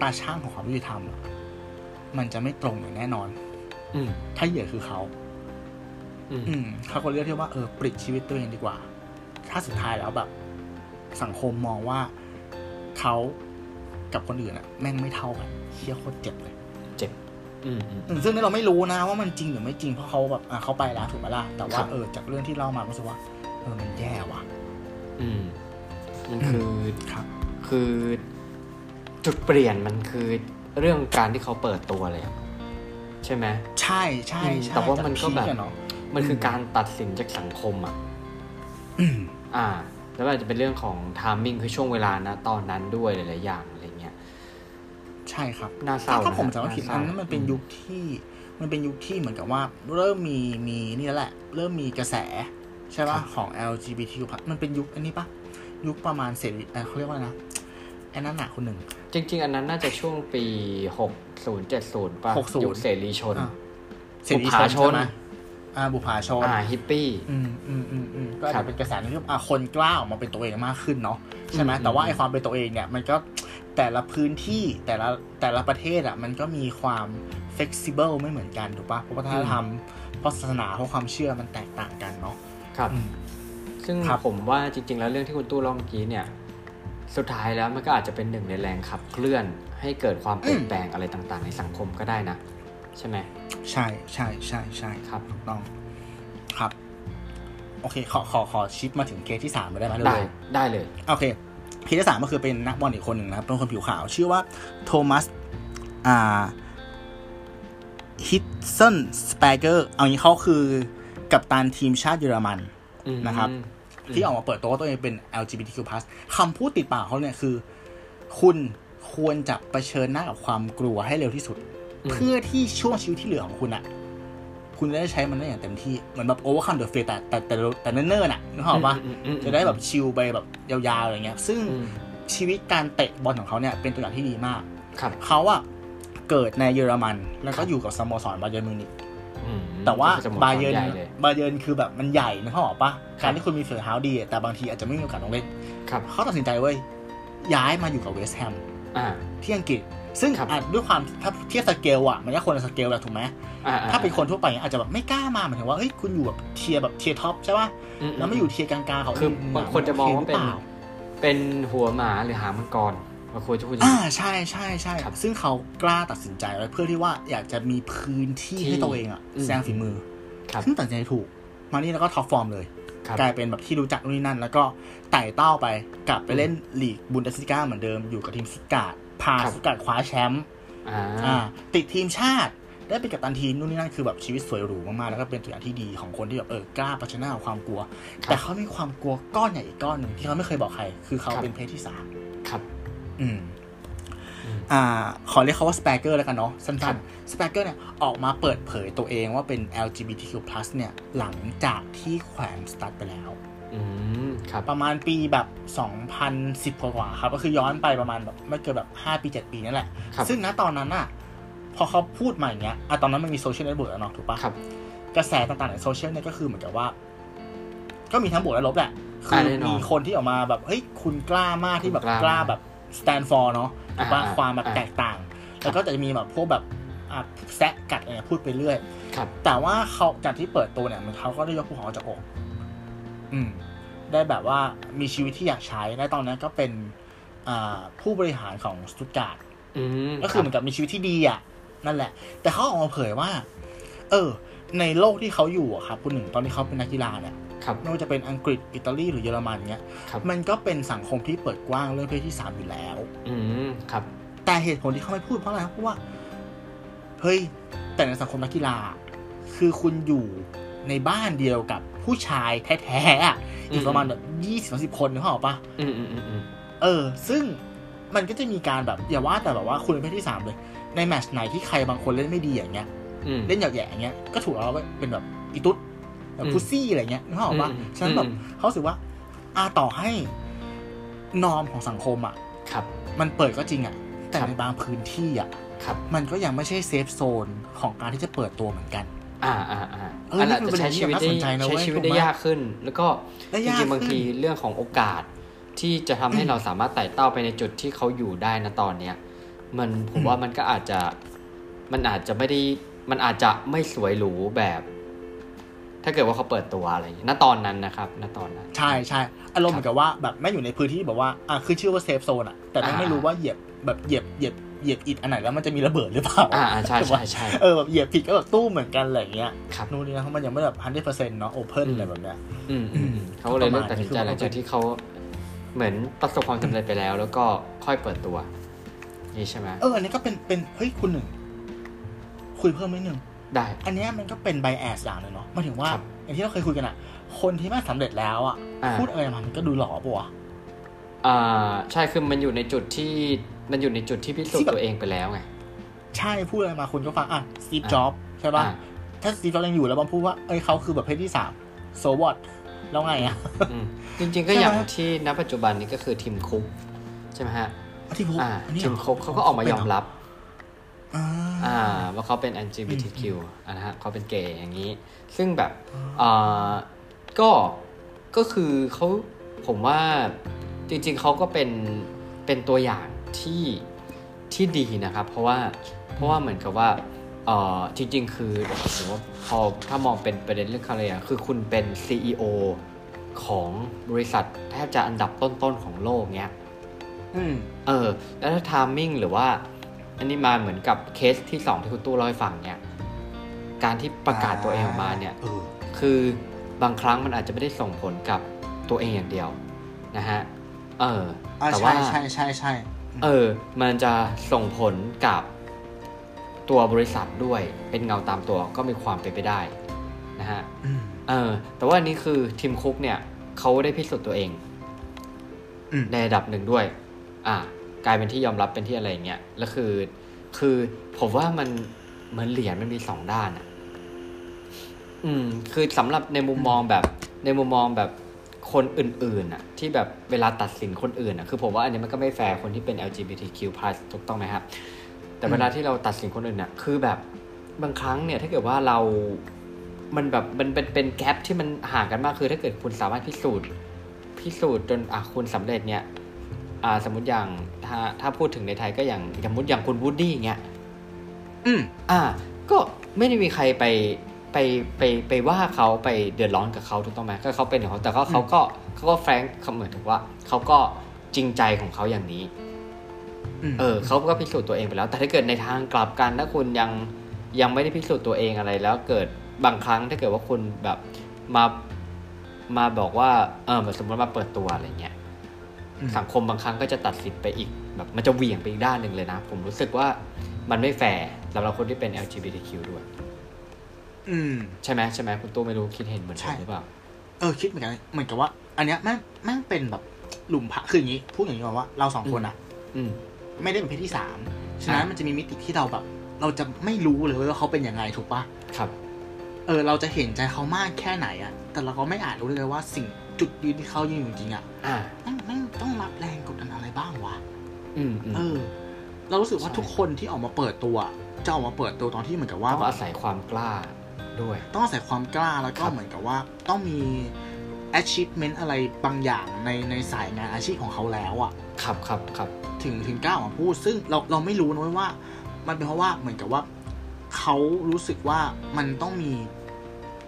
[SPEAKER 1] ตาช่างของความยุติธรรมอะมันจะไม่ตรงอย่างแน่นอน
[SPEAKER 2] อืม
[SPEAKER 1] ถ้าเหยื่อคือเขา
[SPEAKER 2] อืม
[SPEAKER 1] อืมเขาก็เลือกที่ว่าเออปลิดชีวิตตัวเองดีกว่า ถ้าสุดท้ายแล้วแบบ สังคมมองว่าเขากับคนอื่นอะแม่งไม่เท่ากันเชี่ยโคตรเจ็บเลย
[SPEAKER 2] เจ็บอืมอืม
[SPEAKER 1] อืมซึ่งนี่เราไม่รู้นะว่ามันจริงหรือไม่จริงเพราะเขาแบบอ่ะเขาไปแล้วถูกไหมล่ะแต่
[SPEAKER 2] ค
[SPEAKER 1] ว่า
[SPEAKER 2] รับ
[SPEAKER 1] เออจากเรื่องที่เล่ามารู้สึกว่าเออมันแย่ว่ะ
[SPEAKER 2] อืมมันคือ
[SPEAKER 1] ครับ
[SPEAKER 2] คือจุดเปลี่ยนมันคือเรื่องการที่เขาเปิดตัวเลยอะใช่ไหม
[SPEAKER 1] ใช่ใช่ใช่
[SPEAKER 2] แต่ว่ามันก็แบบ
[SPEAKER 1] จากพีอะเนาะ
[SPEAKER 2] มันคืออ
[SPEAKER 1] ม
[SPEAKER 2] การตัดสินจากสังคมอ่ะ
[SPEAKER 1] อืม
[SPEAKER 2] อ่า แล้วมันอาจจะเป็นเรื่องของทามมิ่งคือช่วงเวลานะตอนนั้นด้วยหลายๆอย่างอะไรเงี้ย
[SPEAKER 1] ใช่ครับ
[SPEAKER 2] น่าเศร้า
[SPEAKER 1] ถ้า
[SPEAKER 2] นะ
[SPEAKER 1] ผมจำไม่ผิด
[SPEAKER 2] าเศ
[SPEAKER 1] อั
[SPEAKER 2] ร้าน
[SPEAKER 1] นั้นมันเป็น
[SPEAKER 2] อื
[SPEAKER 1] ยุคที่มันเป็นยุคที่เหมือนกับว่า เริ่มมีมีนี่แล้วแหละ เริ่มมีกระแส ใช่ป่ะ ของ LGBTQ+ มันเป็นยุคอันนี้ป่ะ ยุคประมาณเสรีเอ่อเขาเรียกว่าอะไรนะไอ้นั่นหนักคนหนึ่ง
[SPEAKER 2] จริง ๆ อันนั้นน่าจะช่วงปี60 70ป่ะ
[SPEAKER 1] 60
[SPEAKER 2] ยุคเสรีชน
[SPEAKER 1] อ่ะ เส
[SPEAKER 2] บุ
[SPEAKER 1] รี
[SPEAKER 2] พาช
[SPEAKER 1] ใช่
[SPEAKER 2] น
[SPEAKER 1] ไหม อ่าบุผาชน
[SPEAKER 2] อ่าฮิปปี้
[SPEAKER 1] อืมอืมอืมอืมก็อาจ
[SPEAKER 2] ครั
[SPEAKER 1] จะ
[SPEAKER 2] บ
[SPEAKER 1] เป็นกระแสในเรื่องอ่าคนกล้าออกมาเป็นตัวเองมากขึ้นเนาะใช่ไหม
[SPEAKER 2] อืม
[SPEAKER 1] แต่ว่า
[SPEAKER 2] อืม
[SPEAKER 1] ไอความเป็นตัวเองเนี่ย มันก็แต่ละพื้นที่แต่ละแต่ละประเทศอ่ะ มันก็มีความ flexible ไม่เหมือนกันถูกปะเพราะวัฒนธรรมเพราะศาสนาเพราะความเชื่อมันแตกต่างกันเนาะ
[SPEAKER 2] ครับ
[SPEAKER 1] อืม
[SPEAKER 2] ซึ่ง
[SPEAKER 1] ครับ
[SPEAKER 2] ผมว่าจริง ๆ แล้วเรื่องที่คุณตู้เล่าเมื่อกี้เนี่ย สุดท้ายแล้วมันก็อาจจะเป็นหนึ่งในแรงขับเคลื่อน ให้เกิดความเปลี่ยนแปลงอะไรต่างๆ ในสังคมก็ได้นะ ใช่ไหม
[SPEAKER 1] ใช่ใช่ใช่ใช่
[SPEAKER 2] ครับ
[SPEAKER 1] ถูกต้องครับ โอเค ขอขอขอชิปมาถึงเคสที่สามเลยได้ไหม
[SPEAKER 2] ได้
[SPEAKER 1] เร็ว
[SPEAKER 2] ได้เลย
[SPEAKER 1] ๆโอเคเคสที่สามก็คือเป็นนักบอลอีกคนหนึ่งนะครับเป็นคนผิวขาว ชื่อว่าโทมัสอ่าฮิตเซนสเปเกอร์เอางี้เขาคือกัปตันทีมชาติเยอรมัน
[SPEAKER 2] อืม
[SPEAKER 1] นะครับ
[SPEAKER 2] อืม
[SPEAKER 1] ที่ออกมาเปิดตัวว่าตัวเองเป็น LGBTQ+ คำพูดติดปากเขาเนี่ยคือ คุณควรจะะเผชิญหน้ากับความกลัวให้เร็วที่สุด เพื่อที่ช่วงชีวิตที่เหลือของคุณอะคุณจะได้ใช้มันได้อย่างเต็มที่ เหมือนแบบโอเวอร์คัมเดอะเฟแต่แต่แต่แต่เนิ่นๆอะนึกออกปะ
[SPEAKER 2] อืมอืมอืม
[SPEAKER 1] จะได้แบบชิลไปแบบยาวๆอะไรเงี้ย ซึ่ง
[SPEAKER 2] อืม
[SPEAKER 1] ชีวิตการเตะบอลของเขาเนี่ยเป็นตัวอย่างที่ดีมาก
[SPEAKER 2] ครับ
[SPEAKER 1] เขาอะเกิดในเยอรมัน แล้วก็อยู่กับสโมสรบาเยร์นมิวนิก
[SPEAKER 2] อืม
[SPEAKER 1] แต่ว่า
[SPEAKER 2] ก็จะหมด
[SPEAKER 1] บาเยิร์น
[SPEAKER 2] ใหญ่เลย
[SPEAKER 1] บาเยิร์นคือแบบมันใหญ่นะเขาบอกปะ
[SPEAKER 2] ครับ
[SPEAKER 1] การที่คุณมีเฟอร์เฮาส์ดีอะแต่บางทีอาจจะไม่มีโอกาสลงเล่น
[SPEAKER 2] ครับ
[SPEAKER 1] เขาตัดสินใจเว้ยย้ายมาอยู่กับเวสต์แฮม
[SPEAKER 2] อ่า
[SPEAKER 1] ที่อังกฤษ ซึ่ง
[SPEAKER 2] ครับ
[SPEAKER 1] อาจด้วยความถ้าเทียบสเกลอะมันก็คนละสเกลแหละถูกไหม
[SPEAKER 2] อ่า
[SPEAKER 1] ถ้าเป็นคนทั่วไปอาจจะแบบไม่กล้ามาหมายถึงว่าเฮ้ยคุณอยู่แบบเทียร์แบบเทียร์ท็อปใช่ปะแล้วมาอยู่เทียร์กลางๆเขา
[SPEAKER 2] คือบางคนจะมองว่าเป็
[SPEAKER 1] โคหรื
[SPEAKER 2] น
[SPEAKER 1] ปล่
[SPEAKER 2] เป็นหัวหมาหรือหางมังกรบางคนจะพูดอย่าง
[SPEAKER 1] อ่า
[SPEAKER 2] นี้
[SPEAKER 1] ใช่ใช่ใช่
[SPEAKER 2] ครับ
[SPEAKER 1] ซึ่งเขากล้าตัดสินใจไว้เพื่อที่ว่าอยากจะมีพื้นที่
[SPEAKER 2] ที่
[SPEAKER 1] ให้ตัวเองอะ
[SPEAKER 2] อืม
[SPEAKER 1] แซงฝีมือ
[SPEAKER 2] ครับ
[SPEAKER 1] ซึ่งตัดสินใจถูก มานี่แล้วก็ท็อปฟอร์มเลย
[SPEAKER 2] ครับ
[SPEAKER 1] กลายเป็นแบบที่รู้จักนู่นนี่นั่น แล้วก็ไต่เต้าไปกลับไปเล่นลีกบุนเดสลิก้าเหมือนเดิมอยู่กับทีมสตุตการ์ดพา
[SPEAKER 2] ครับ
[SPEAKER 1] สตุตการ์ดคว้าแชมป์
[SPEAKER 2] อ่า
[SPEAKER 1] อ่าติดทีมชาติได้เป็นกัปตันทีมนู่นนี่นั่นคือแบบชีวิตสวยหรูมากๆ แล้วก็เป็นตัวอย่างที่ดีของคนที่แบบเออกล้าเผชิญหน้ากับความกลัว แต่เขามีความกลัวก้อนใหญ่อีกก้อนหนึ่งที่เขาไม่เคยบอกใคร คือเขาเป็นเพศที่สาม
[SPEAKER 2] ครับ
[SPEAKER 1] อืม
[SPEAKER 2] อืม
[SPEAKER 1] อ่า ขอเรียกเขาว่าสเปเกอร์แล้วกันเนาะสั
[SPEAKER 2] ครั้
[SPEAKER 1] น
[SPEAKER 2] บ
[SPEAKER 1] ๆสเปเกอร์เนี่ยออกมาเปิดเผยตัวเองว่าเป็น LGBTQ+ เนี่ยหลังจากที่แขวนสตัดไปแล้ว
[SPEAKER 2] อืมครับ
[SPEAKER 1] ประมาณปีแบบ 2010 กว่าๆครับ ก็คือย้อนไปประมาณแบบไม่เกินแบบ 5 ปี 7 ปีนั่นแหละ
[SPEAKER 2] ครับ
[SPEAKER 1] ซึ่งณตอนนั้นอะพอเขาพูดมาอย่างเงี้ยอะตอนนั้นมันมีโซเชียลเน็ตเวิร์กแล้วเนาะถูกปะ
[SPEAKER 2] ครับ
[SPEAKER 1] กระแสต่างๆในโซเชียลเนี่ยก็คือเหมือนกับว่า ก็มีทั้งบวกและลบแหละ คื
[SPEAKER 2] แน่นอน
[SPEAKER 1] มีคนที่ออกมาแบบ เฮ้ย คุณกล้ามากที่แบบ
[SPEAKER 2] คุณก
[SPEAKER 1] ก
[SPEAKER 2] ล้า
[SPEAKER 1] ล้าแบบสแตนฟอร์เนาะถูกปะ
[SPEAKER 2] อ่า
[SPEAKER 1] ความแบบ
[SPEAKER 2] อ่า
[SPEAKER 1] แตกต่าง แล้วก็จะมีแบบพวกแบบอ่ะแซะกัดอะไรพูดไปเรื่อย
[SPEAKER 2] ครับ
[SPEAKER 1] แต่ว่าเขาจากที่เปิดตัวเนี่ยมันเขาก็ได้ยกภูเขาออกจากอก อืม ได้แบบว่ามีชีวิตที่อยากใช้ และตอนนั้นก็เป็นอ่าผู้บริหารของสตุตการ์ด
[SPEAKER 2] อืม
[SPEAKER 1] ก็คือเหมือนกับมีชีวิตที่ดีอ่ะ นั่นแหละ แต่เขาออกมาเผยว่า เออ ในโลกที่เขาอยู่อะครับคุณหนึ่งตอนที่เขาเป็นนักกีฬาเนี่ย
[SPEAKER 2] ครับ
[SPEAKER 1] ไม่ว่าจะเป็นอังกฤษอิตาลีหรือเยอรมันเนี่ย
[SPEAKER 2] ครับ
[SPEAKER 1] มันก็เป็นสังคมที่เปิดกว้างเรื่องเพศที่สามอยู่แล้ว
[SPEAKER 2] อืมครับ
[SPEAKER 1] แต่เหตุผลที่เขาไม่พูดเพราะอะไรครับเพราะว่า เฮ้ย แต่ในสังคมนักกีฬา คือคุณอยู่ในบ้านเดียวกับผู้ชายแท้ๆอะ
[SPEAKER 2] อืม
[SPEAKER 1] อีกประมาณแบบยี่สิบสามสิบคนนึกออกปะ
[SPEAKER 2] อืมอืมอืมอืม
[SPEAKER 1] เออ ซึ่งมันก็จะมีการแบบอย่าว่าแต่แบบว่าคุณเป็นเพศที่สามเลย ในแมตชไหนที่ใครบางคนเล่นไม่ดีอย่างเงี้ย
[SPEAKER 2] อืม
[SPEAKER 1] เล่นหยอกแหย่อย่างเงี้ย ก็ถูกเราว่าเป็นแบบอีตุ๊ดแบบพุซซี่อะไรเงี้ยนึกออกปะ
[SPEAKER 2] อืม
[SPEAKER 1] ฉะนั้นแบบเขารู้สึกว่าอาต่อให้นอมของสังคมอ่ะ
[SPEAKER 2] ครับ
[SPEAKER 1] มันเปิดก็จริงอ่ะ แต่
[SPEAKER 2] ครับ
[SPEAKER 1] ในบางพื้นที่อ่ะ
[SPEAKER 2] ครับ
[SPEAKER 1] มันก็ยังไม่ใช่เซฟโซนของการที่จะเปิดตัวเหมือนกัน
[SPEAKER 2] อ่าอ่าอ่า
[SPEAKER 1] เออ
[SPEAKER 2] อันอาจจะใช้
[SPEAKER 1] นี่
[SPEAKER 2] ชี
[SPEAKER 1] เป็นป
[SPEAKER 2] วิต
[SPEAKER 1] ระเด็นที่
[SPEAKER 2] ได้
[SPEAKER 1] น่าสนใจนะเว้ย
[SPEAKER 2] ใช้ชีวิตได้
[SPEAKER 1] ถูกไหม
[SPEAKER 2] ยากขึ้น แล้วก็
[SPEAKER 1] ได้
[SPEAKER 2] จ
[SPEAKER 1] ยาก
[SPEAKER 2] ริงๆบาง
[SPEAKER 1] ขึ้น
[SPEAKER 2] ทีเรื่องของโอกาสที่จะทำ ให้เราสามารถไต่เต้าไปในจุดที่เขาอยู่ได้นะตอนเนี้ย มันผมว่ามันก็อาจจะมันอาจจะไม่ได้มันอาจจะไม่สวยหรูแบบ ถ้าเกิดว่าเขาเปิดตัวอะไรอย่างเงี้ยณตอนนั้นนะครับณตอนนั้น
[SPEAKER 1] ใช่ใช่อารมณ์เหมือนกับว่าแบบไม่อยู่ในพื้นที่แบบว่าอ่ะคือชื่อว่าเซฟโซนอ่ะ แต่แม่ง
[SPEAKER 2] อ่า
[SPEAKER 1] ไม่รู้ว่าเหยียบแบบเหยียบเหยียบเหยียบอิดอันไหนแล้วมันจะมีระเบิดหรือเปล่า
[SPEAKER 2] อ่าอ่าใช่ใช่ใช่
[SPEAKER 1] เออแบบเหยียบผิดก็แบบตู้เหมือนกันอะไรอย่างเงี้ย
[SPEAKER 2] ครับ
[SPEAKER 1] นู่นนี่นะเพราะมันยังไม่แบบพันเปอร์เซ็นต์เนาะโอเพ่นอะไรแบบเนี้ย
[SPEAKER 2] อืมอืมอืมเขาก็เลยเลือกตัดสินใจหลังจากที่เขาเหมือนประสบความสำเร็จไปแล้ว แล้วก็ค่อยเปิดตัว นี่ใช่ไหม
[SPEAKER 1] เอออันนี้ก็เป็นเป็นเฮ้ยคุณหนึ่ง คุยเพิ่มนิดนึง
[SPEAKER 2] ได้
[SPEAKER 1] อันเนี้ยมันก็เป็นไบแอสอย่างหนึงเนาะหมายถึงว่า
[SPEAKER 2] ครับ
[SPEAKER 1] อย่างที่เราเคยคุยกันอ่ะ คนที่ไม่สำเร็จแล้วอ่ะ
[SPEAKER 2] อ่า
[SPEAKER 1] พูดอะไรมามันก็ดูหล่อปะวะ
[SPEAKER 2] อ่าใช่คือมันอยู่ในจุดที่มันอยู่ในจุดที่พิสูจ
[SPEAKER 1] ที่
[SPEAKER 2] น์
[SPEAKER 1] แบบ
[SPEAKER 2] ตัวเองไปแล้วไง
[SPEAKER 1] ใช่พูดอะไรมาคุณก็ฟังอ่ะสตีฟจ็อบใช่ป่ะ
[SPEAKER 2] อ่า
[SPEAKER 1] ถ้าสตีฟจ็อบยังอยู่แล้วบางพูดว่า เอ้ยเขาคือแบบเพศที่สามโซวอตแล้วไงอ่ะ
[SPEAKER 2] อืมจริง ๆ ก็
[SPEAKER 1] ใช่ไหม
[SPEAKER 2] อย่างที่ณปัจจุบันนี้ก็คือทีมคุกใช่ไหมฮะ
[SPEAKER 1] ที่พูด
[SPEAKER 2] อ่า
[SPEAKER 1] อันนี้
[SPEAKER 2] ทีมคุกเขาก็ออกมายอมรับ
[SPEAKER 1] อ่า
[SPEAKER 2] อ่าว่าเขาเป็น LGBTQ อ่ะนะฮะเขาเป็นเกย์อย่างนี้ ซึ่งแบบอ่าก็ก็คือเขาผมว่าจริงๆเขาก็เป็นเป็นตัวอย่างที่ที่ดีนะครับ เพราะว่าเพราะว่าเหมือนกับว่าเอ่อจริงๆ คือผมว่าพอถ้ามองเป็นประเด็นเรื่องคาเรียคือคุณเป็น CEO ของบริษัทแทบจะอันดับต้นๆของโลกเนี้ย
[SPEAKER 1] อืม
[SPEAKER 2] เออแล้วถ้าทามมิ่งหรือว่า อันนี้มาเหมือนกับเคสที่สองที่คุณตู้เล่าให้ฟังเนี่ย การที่ประกาศตัวเองออกมาเนี่ย
[SPEAKER 1] เออ
[SPEAKER 2] คือบางครั้งมันอาจจะไม่ได้ส่งผลกับตัวเองอย่างเดียวนะฮะ เออ
[SPEAKER 1] อ่า
[SPEAKER 2] แต่
[SPEAKER 1] ใช่
[SPEAKER 2] ว่า
[SPEAKER 1] ใช่ใช่ใช่
[SPEAKER 2] เออ มันจะส่งผลกับตัวบริษัทด้วย เป็นเงาตามตัวก็มีความเป็นไปได้นะฮะ
[SPEAKER 1] อืม
[SPEAKER 2] เออ แต่ว่าอันนี้คือทีมคุกเนี่ยเขาได้พิสูจน์ตัวเอง
[SPEAKER 1] อืม
[SPEAKER 2] ในระดับหนึ่งด้วย อ่ะกลายเป็นที่ยอมรับเป็นที่อะไรอย่างเงี้ย แล้วคือ คือผมว่ามันเหมือนเหรียญมันมีสองด้านอ่ะ อืม คือสำหรับในมุมมองแบบ ในมุมมองแบบคนอื่นๆอ่ะ ที่แบบเวลาตัดสินคนอื่นอ่ะ คือผมว่าอันนี้มันก็ไม่แฟร์คนที่เป็น LGBTQ+ ถูกต้องไหมครับ แต่เวลาที่เราตัดสินคนอื่นอ่ะ คือแบบบางครั้งเนี่ย ถ้าเกิดว่าเรา มันแบบมันเป็นเป็นแกลบที่มันห่างกันมากคือถ้าเกิดคุณสามารถพิสูจน์ พิสูจน์จนอ่ะคุณสำเร็จเนี่ยอ่าสมมติอย่างถ้าถ้าพูดถึงในไทยก็อย่างสมมติอย่างคุณวูดดี้เงี้ย
[SPEAKER 1] อืม
[SPEAKER 2] อ่าก็ไม่ได้มีใครไปไปไปไปว่าเขาไปเดือดร้อนกับเขาถูกต้องไหมก็เขาเป็นของเขาแต่ก็เขาก็เขาก็แฟรงค์เขาเหมือนถึงว่าเขาก็จริงใจของเขาอย่างนี้
[SPEAKER 1] อืม
[SPEAKER 2] เออเขาก็พิสูจน์ตัวเองไปแล้ว แต่ถ้าเกิดในทางกลับกันถ้าคุณยังยังไม่ได้พิสูจน์ตัวเองอะไร แล้วเกิดบางครั้งถ้าเกิดว่าคุณแบบมามาบอกว่าเออแบบสมมติมาเปิดตัวอะไรเงี้ย
[SPEAKER 1] ม
[SPEAKER 2] สังคมบางครั้งก็จะตัดสินไปอีกแบบมันจะเหวี่ยงไปอีกด้านหนึ่งเลยนะ ผมรู้สึกว่ามันไม่แฟร์สำหรับคนที่เป็น LGBTQ ด้วย
[SPEAKER 1] อืม
[SPEAKER 2] ใช่ไหมใช่ไหมคุณตู้ไม่รู้คิดเห็นเหมือนผ
[SPEAKER 1] ใช่
[SPEAKER 2] มหรือเปล่า
[SPEAKER 1] เออคิดเหมือนกันเหมือนกับว่า อันเนี้ยแม่งแม่งเป็นแบบหลุมพระคืออย่างนี้พูดอย่างนี้ก่อนว่าเราสองคนอะ
[SPEAKER 2] อืม
[SPEAKER 1] ไม่ได้เป็นเพศที่สามฉะนั้น
[SPEAKER 2] อ่ะ
[SPEAKER 1] มันจะมีมิติที่เราแบบ เราจะไม่รู้เลยว่าเขาเป็นยังไงถูกปะ
[SPEAKER 2] ครับ
[SPEAKER 1] เออเราจะเห็นใจเขามากแค่ไหนอะแต่เราก็ไม่อาจรู้เลยว่าสิ่งจุดยืนที่เขายืนอยู่จริงอะ
[SPEAKER 2] อ่า
[SPEAKER 1] แม่งแม่งต้องรับแรงกดดันอะไรบ้างวะ
[SPEAKER 2] อืมอืม
[SPEAKER 1] เออ เรารู้สึกว่าทุกคนที่ออกมาเปิดตัวจะออกมาเปิดตัวตอนที่เหมือนกับว่า
[SPEAKER 2] ต้องอาศัยความกล้าด้วย
[SPEAKER 1] ต้องอาศัยความกล้าแล้วก็
[SPEAKER 2] ครับ
[SPEAKER 1] เหมือนกับว่าต้องมี achievement อะไรบางอย่างในในสายงานอาชีพของเขาแล้วอะ
[SPEAKER 2] ครับครับครับ
[SPEAKER 1] ถึงถึงกล้าออกมาพูด ซึ่งเราเราไม่รู้นะเว้ยว่า มันเป็นเพราะว่าเหมือนกับว่าเขารู้สึกว่ามันต้องมี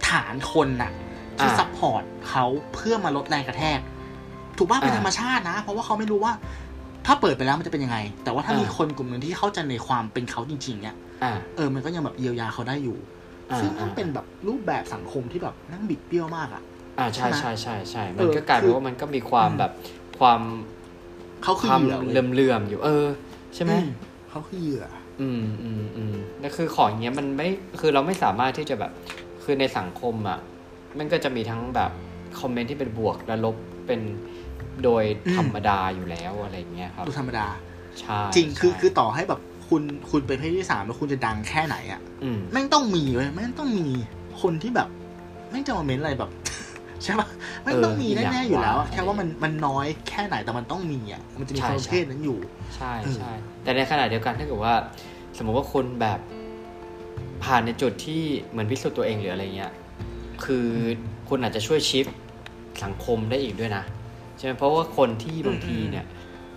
[SPEAKER 1] ฐานคนน่ะ ที่
[SPEAKER 2] อ่า
[SPEAKER 1] ซัพพอร์ตเขาเพื่อมาลดแรงกระแทก ถูกป่ะเป็น
[SPEAKER 2] อ่า
[SPEAKER 1] ธรรมชาตินะ เพราะว่าเขาไม่รู้ว่า ถ้าเปิดไปแล้วมันจะเป็นยังไง แต่ว่าถ้า
[SPEAKER 2] อ่ามี
[SPEAKER 1] มีคนกลุ่มหนึ่งที่เข้าใจในความเป็นเขาจริงๆเนี่ย
[SPEAKER 2] อ่า
[SPEAKER 1] เออมันก็ยังแบบเยียวยาเขาได้อยู่
[SPEAKER 2] อ่า
[SPEAKER 1] ซึ่งมัน
[SPEAKER 2] อ่า
[SPEAKER 1] เป็นแบบรูปแบบสังคมที่แบบนั่งบิดเบี้ยวมากอะ
[SPEAKER 2] อ่าใช่
[SPEAKER 1] ใช่
[SPEAKER 2] ใช่
[SPEAKER 1] ไหม
[SPEAKER 2] ใช่ใช่
[SPEAKER 1] เออ
[SPEAKER 2] มันก็กลายเป็น
[SPEAKER 1] คือ
[SPEAKER 2] ว่ามันก็มีความแบบความ
[SPEAKER 1] เขาคือ
[SPEAKER 2] ความ
[SPEAKER 1] เหยื่อว้ย
[SPEAKER 2] เลื่อมเลื่อมๆอยู่ เออ ใช่ไหม
[SPEAKER 1] อืมเขาคือเหยื่อ
[SPEAKER 2] อืมอืมอืมนั่นคือของอย่างเงี้ยมันไม่คือเราไม่สามารถที่จะแบบ คือในสังคมอ่ะ มันก็จะมีทั้งแบบคอมเมนต์ที่เป็นบวกและลบเป็นโดย
[SPEAKER 1] อืม
[SPEAKER 2] ธรรมดาอยู่แล้วอะไรอย่างเงี้ยครับ
[SPEAKER 1] ดูธรรมดา
[SPEAKER 2] ใช่
[SPEAKER 1] จริงคือ
[SPEAKER 2] ใช่
[SPEAKER 1] คือต่อให้แบบคุณคุณเป็นเพศที่สามแล้วคุณจะดังแค่ไหนอะ
[SPEAKER 2] อืม
[SPEAKER 1] แม่งต้องมีเว้ยแม่งต้องมีคนที่แบบแม่งจะมาเม้นอะไรแบบ ใช่ปะแม่งต้องมี
[SPEAKER 2] เอออ
[SPEAKER 1] แน่
[SPEAKER 2] ยาก
[SPEAKER 1] ๆอยู่แล้วอะ
[SPEAKER 2] ว่า
[SPEAKER 1] แค่ว่ามันมันน้อยแค่ไหนแต่มันต้องมีอะมันจะมีความเพศนั้นอยู่
[SPEAKER 2] ใช่
[SPEAKER 1] เออ
[SPEAKER 2] ใช่ แต่ในขณะเดียวกันถ้าเกิดว่า สมมติว่าคนแบบผ่านในจุดที่เหมือนพิสูจน์ตัวเองหรืออะไรเงี้ย คือคุณอาจจะช่วยชิฟสังคมได้อีกด้วยนะ ใช่ไหมเพราะว่าคนที่บางทีเนี่ย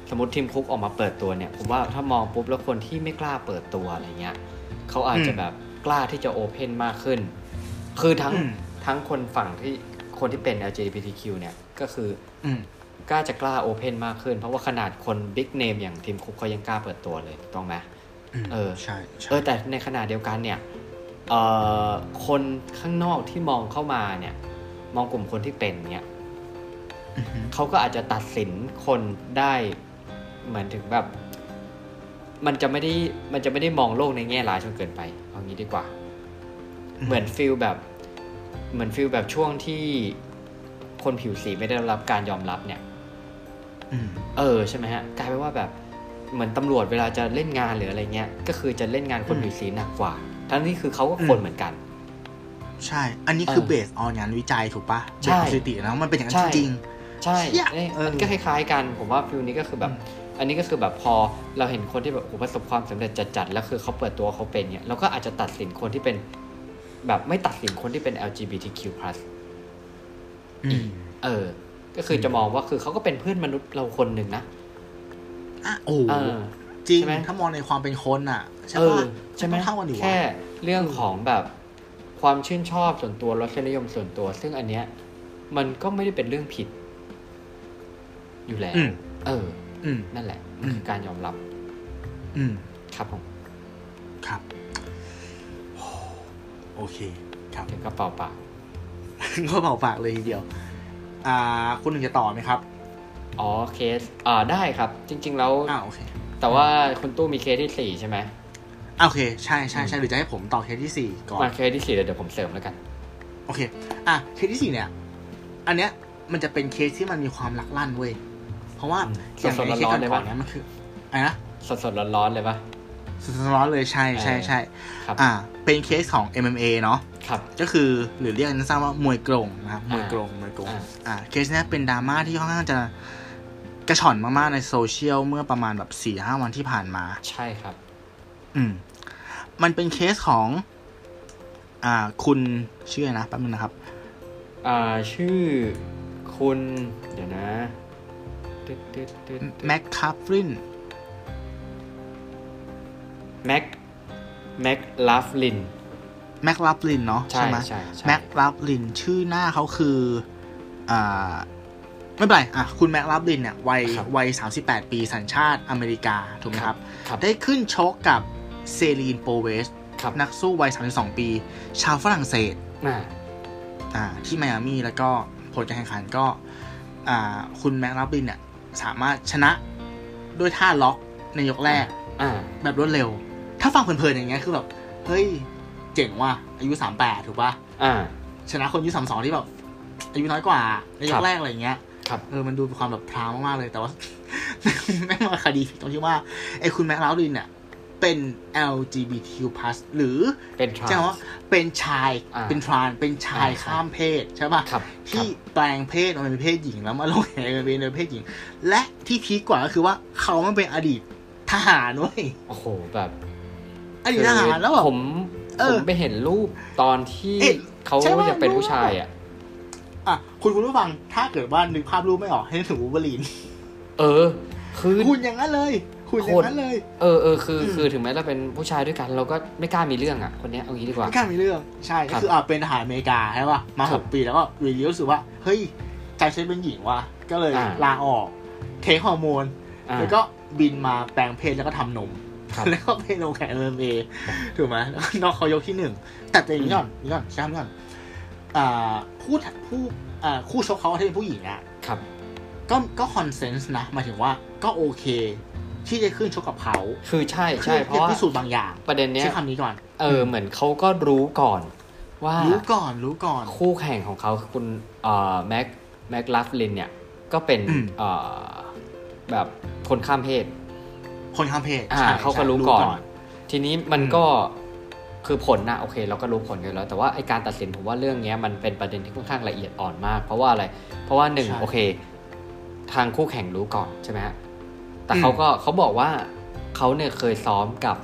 [SPEAKER 2] สมมติทีมคุกออกมาเปิดตัวเนี่ย ผมว่าถ้ามองปุ๊บแล้วคนที่ไม่กล้าเปิดตัวอะไรเงี้ยเขาอาจจะแบบกล้าที่จะโอเพนมากขึ้น คือทั้ง
[SPEAKER 1] อืม
[SPEAKER 2] ทั้งคนฝั่งที่คนที่เป็น LGBTQ เนี่ยก็คือ
[SPEAKER 1] อืม
[SPEAKER 2] กล้าจะกล้าโอเพนมากขึ้น เพราะว่าขนาดคนบิ๊กเนมอย่างทีมคุกเขายังกล้าเปิดตัวเลยถูกต้องไหม
[SPEAKER 1] อืม
[SPEAKER 2] เออ
[SPEAKER 1] ใช่ใช่
[SPEAKER 2] เออแต่ในขณะเดียวกันเนี่ยเอ่อคนข้างนอกที่มองเข้ามาเนี่ย มองกลุ่มคนที่เป็นเนี่ย
[SPEAKER 1] อฮึ
[SPEAKER 2] เขาก็อาจจะตัดสินคนได้เหมือนถึงแบบ มันจะไม่ได้มันจะไม่ได้มองโลกในแง่ร้ายจนเกินไปเอางี้ดีกว่า เหมือนฟิลแบบเหมือนฟิลแบบช่วงที่คนผิวสีไม่ได้รับการยอมรับเนี่ย
[SPEAKER 1] อืม
[SPEAKER 2] เออใช่ไหมฮะกลายเป็นว่าแบบเหมือนตำรวจเวลาจะเล่นงานหรืออะไรเงี้ยก็คือจะเล่นงานคนผิวสีหนักกว่า ทั้งที่คือเขาก็คนเหมือนกัน
[SPEAKER 1] ใช่ อันนี้คือ
[SPEAKER 2] เออ
[SPEAKER 1] เบสออนงานวิจัยถูกปะ
[SPEAKER 2] ใช่
[SPEAKER 1] เบส on สถิตินะมันเป็นอย่างนั้
[SPEAKER 2] ใช่
[SPEAKER 1] นจริง
[SPEAKER 2] ใช่
[SPEAKER 1] เชี่ย
[SPEAKER 2] เนี่ย
[SPEAKER 1] เออ
[SPEAKER 2] มันก็คล้ายๆกัน ผมว่าฟิลนี้ก็คือแบบ
[SPEAKER 1] อืม
[SPEAKER 2] อันนี้ก็คือแบบพอเราเห็นคนที่แบบโอ้โหประสบความสำเร็จจัดๆแล้วคือเขาเปิดตัวเขาเป็นเนี่ยเราก็อาจจะตัดสินคนที่เป็น แบบไม่ตัดสินคนที่เป็น LGBTQ+
[SPEAKER 3] อืม
[SPEAKER 2] เออ ก็คือจะมองว่าคือเขาก็เป็นเพื่อนมนุษย์เราคนหนึ่งนะ
[SPEAKER 1] อ่ะโอ้
[SPEAKER 2] เออ
[SPEAKER 1] จริง
[SPEAKER 2] ใช่ไหม
[SPEAKER 1] ถ้ามองในความเป็นคนอ่ะ ใช่
[SPEAKER 2] เออ
[SPEAKER 1] ปะ
[SPEAKER 2] ใช่ไหม
[SPEAKER 1] นต้องเท่ากันอยู่วะ
[SPEAKER 2] แค่เรื่องของแบบความชื่นชอบส่วนตัวรสนิยมส่วนตัว ซึ่งอันเนี้ยมันก็ไม่ได้เป็นเรื่องผิด อยู่แล้ว
[SPEAKER 1] อืม
[SPEAKER 2] เออ
[SPEAKER 1] อืม
[SPEAKER 2] นั่นแหละมันคือการยอมรับ
[SPEAKER 1] อืม
[SPEAKER 2] ครับผม
[SPEAKER 1] ครับ โอเค ครับ
[SPEAKER 2] ถึงกระเป๋าปาก
[SPEAKER 1] ก็เป่าปากเลยทีเดียว อ่า คุณหนึ่งจะต่อไหมครับ
[SPEAKER 2] อ๋อเคส อ่าได้ครับ จริง ๆ แล้ว
[SPEAKER 1] อ่าโอเค
[SPEAKER 2] แต่ว่าคุณตู้มีเคสที่สี่ใช่ไหม
[SPEAKER 1] อ่ะโอเค ใช่ใช่ใช่หรือจะให้ผมต่อเคสที่สี่ก่อน
[SPEAKER 2] มาเคสที่สี่เดี๋ยวผมเสริมแล้วกัน
[SPEAKER 1] โอเค อ่ะ เคสที่สี่เนี่ย อันเนี้ย มันจะเป็นเคสที่มันมีความลักลั่นเว้ย เพราะว่า
[SPEAKER 2] อืม
[SPEAKER 1] อย่าง
[SPEAKER 2] สดๆ
[SPEAKER 1] ในเคส
[SPEAKER 2] ร้อนๆเลย
[SPEAKER 1] ก่อ
[SPEAKER 2] ปะ
[SPEAKER 1] นๆเนี่ยมันคืออะไรนะ
[SPEAKER 2] สดๆร้อนๆเลยปะ
[SPEAKER 1] สดๆร้อนๆเลยใช่ใช่ใช่
[SPEAKER 2] ครับ
[SPEAKER 1] อ่า เป็นเคสของ MMA เนาะ
[SPEAKER 2] ครับ
[SPEAKER 1] ก็คือหรือเรียกกันสั้นๆว่ามวยกรงนะครับมวยกรงมวยกรง
[SPEAKER 2] อ่า
[SPEAKER 1] อ่าเคสเนี้ยเป็นดราม่าที่ค่อนข้างจะกระฉ่อนมากๆในโซเชียลเมื่อประมาณแบบสี่ห้าวันที่ผ่านมา
[SPEAKER 2] ใช่ครับ
[SPEAKER 1] อืม มันเป็นเคสของ อ่า คุณชื่ออะไรนะแป๊บนึงนะครับ
[SPEAKER 2] อ่าชื่อคุณ เดี๋ยวนะตึ๊ดตึ๊ดตึ๊ดตึ๊ด
[SPEAKER 1] แม็กคาฟริน
[SPEAKER 2] แม็กแม็กลาฟลิน
[SPEAKER 1] แม็กลาฟลินเนาะ
[SPEAKER 2] ใช่
[SPEAKER 1] ใช่ไหม
[SPEAKER 2] ใช่ใช่
[SPEAKER 1] แม็กลาฟลินชื่อหน้าเขาคือ อ่า ไม่เป็นไรอ่ะคุณแม็กลาฟลินเนี่ยวัย
[SPEAKER 2] ครับ
[SPEAKER 1] วัยสามสิบแปดปีสัญชาติอเมริกาถูกไหมครับ
[SPEAKER 2] ครับ
[SPEAKER 1] ได้ขึ้นชกกับเซรีนโปเวส
[SPEAKER 2] ครับ
[SPEAKER 1] นักสู้วัย 32 ปี ชาวฝรั่งเศส
[SPEAKER 2] อ่า
[SPEAKER 1] อ่าที่ไมอามี่แล้วก็ผลการแข่งขันก็อ่าคุณแม็กลาฟลินเนี่ยสามารถชนะด้วยท่าล็อกในยกแรก
[SPEAKER 2] อ่า
[SPEAKER 1] แบบรวดเร็ว ถ้าฟังเพลินๆอย่างเงี้ยคือแบบ เฮ้ย เจ๋งว่ะอายุ 38 ถูกป่ะ
[SPEAKER 2] อ่า
[SPEAKER 1] ชนะคนอายุ 32 ที่แบบ อายุน้อยกว่า ในย
[SPEAKER 2] ครั
[SPEAKER 1] ก
[SPEAKER 2] บ
[SPEAKER 1] แรกอะไรอย่างเงี้ย
[SPEAKER 2] ครับ
[SPEAKER 1] เออ มันดูเป็นความแบบพราวมาก ๆ เลย แต่ว่า แม่งมาคดีผิดตรงที่ว่า ไอ้คุณแม็กลาฟลินเนี่ย เป็น LGBTQ+ หรือ
[SPEAKER 2] เป็นทราน
[SPEAKER 1] ใช่ไหมว่าเป็นชาย
[SPEAKER 2] อ่า
[SPEAKER 1] เป็นทรานส์เป็นชาย
[SPEAKER 2] อ่า
[SPEAKER 1] ข้ามเพศใช่ป่ะ
[SPEAKER 2] ครับ
[SPEAKER 1] ที่แปลงเพศมาเป็นเพศหญิงแล้วมาลงแข่งเป็นเพศหญิง และที่พีคกว่าก็คือว่าเขามันเป็นอดีตทหารเว้ย
[SPEAKER 2] โอ้โหแบบ
[SPEAKER 1] อดีตทหารแล้วแบบ
[SPEAKER 2] ผม
[SPEAKER 1] เอ
[SPEAKER 2] ผ
[SPEAKER 1] อ
[SPEAKER 2] มไปเห็นรูปตอนที่
[SPEAKER 1] เอ๊ะ
[SPEAKER 2] เขา
[SPEAKER 1] ใช่ปะ
[SPEAKER 2] ยังเป็นผู้ชายอ่ะ
[SPEAKER 1] อ่ะคุณคุณผู้ฟัง ถ้าเกิดว่านึกภาพรูปไม่ออกให้นึกถึงวูล์ฟเบอรีน
[SPEAKER 2] เออ คือ
[SPEAKER 1] คุณอย่างนั้นเลย คุณอย่างนั้นเลย
[SPEAKER 2] เออเออคือ
[SPEAKER 1] อืม
[SPEAKER 2] คือถึงแม้เราเป็นผู้ชายด้วยกัน เราก็ไม่กล้ามีเรื่องอ่ะ คนเนี้ยเอางี้ดีกว่า
[SPEAKER 1] ไม่กล้ามีเรื่อง ใช่
[SPEAKER 2] ค
[SPEAKER 1] ก็
[SPEAKER 2] รับ
[SPEAKER 1] คืออ่ะเป็นทหารอเมริกาใช่ป่ะ มา
[SPEAKER 2] ค
[SPEAKER 1] ห
[SPEAKER 2] รับ
[SPEAKER 1] กปีแล้วก็รีเดียวรู้สึกว่า เฮ้ย ใจฉันเป็นหญิงว่ะ ก็เลย
[SPEAKER 2] อ่า
[SPEAKER 1] ลาออก เทคฮอร์โมน
[SPEAKER 2] อ่า
[SPEAKER 1] แล้วก็บินมาแปลงเพศแล้วก็ทำนม
[SPEAKER 2] ครับ
[SPEAKER 1] แล้วก็เป็นโอแข่งเอ็มเอถูกไหมแล้วก็น้องเขายกที่หนึ่ง แต่แต่อย่างนี้ก่อนอย่างนี้ก่อนใช่ไหมก่อนอ่าผู้ถัดผู้อ่าคู่ชกเขาที่เป็นผู้หญิงอ่ะ
[SPEAKER 2] ครับ
[SPEAKER 1] ก็ก็คอนเซนส์นะหมายถึงว่าก็โอเค ที่จะขึ้นชกกับเขา
[SPEAKER 2] คือใช่ใช่
[SPEAKER 1] เพื่อ
[SPEAKER 2] เพ
[SPEAKER 1] เพื่อ
[SPEAKER 2] ราะว่า
[SPEAKER 1] พิสูจน์บางอย่าง
[SPEAKER 2] ประเด็นเนี้ย
[SPEAKER 1] ใช้คำนี้ก่อน
[SPEAKER 2] เออเหมือนเขาก็รู้ก่อนว่า
[SPEAKER 1] รู้ก่อนรู้ก่อน
[SPEAKER 2] คู่แข่งของเขาคือคุณเอ่อแม็กแม็กลาฟลินเนี่ย ก็เป็น
[SPEAKER 1] อืม
[SPEAKER 2] เอ่อแบบคนข้ามเพศ
[SPEAKER 1] คนข้ามเพศ
[SPEAKER 2] อ่า
[SPEAKER 1] ใช่
[SPEAKER 2] เขาก็
[SPEAKER 1] ใช่
[SPEAKER 2] รู้ก่อน ทีนี้มันก็คือผลนะโอเค เราก็รู้ผลกันแล้วแต่ว่าไอการตัดสินผมว่าเรื่องเนี้ยมันเป็นประเด็นที่ค่อนข้างละเอียดอ่อนมาก เพราะว่าอะไร เพราะว่าหนึ่ง
[SPEAKER 1] ใช่
[SPEAKER 2] โอเค ทางคู่แข่งรู้ก่อนใช่ไหมฮะแต่
[SPEAKER 1] อืม
[SPEAKER 2] เขาก็เขาบอกว่าเขาเนี่ยเคยซ้อมกับ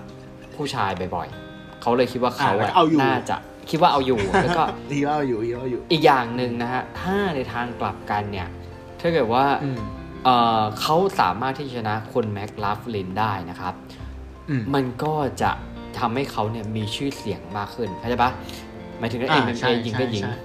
[SPEAKER 2] ผู้ชายบ่อยๆเขาเลยคิดว่าเขาอะน่าจะคิดว่าเอาอยู่แล้วก็
[SPEAKER 1] ดีว่าอยู่ดีว่าอยู่
[SPEAKER 2] อีกอย่างหนึ่งนะฮะ ถ้าในทางกลับกันเนี่ย ถ้าเกิดว่า
[SPEAKER 1] อืม
[SPEAKER 2] เอ่อเขาสามารถที่จะชนะคนแม็กลาฟลินได้นะครับ
[SPEAKER 1] อืม
[SPEAKER 2] มันก็จะทำให้เขาเนี่ยมีชื่อเสียงมากขึ้นเข้าใจปะหมายถึงว่าเอ็
[SPEAKER 1] อ่าม
[SPEAKER 2] เอ็ม
[SPEAKER 1] ใช่
[SPEAKER 2] เอยิงก็ยิง
[SPEAKER 1] ใช่ใช่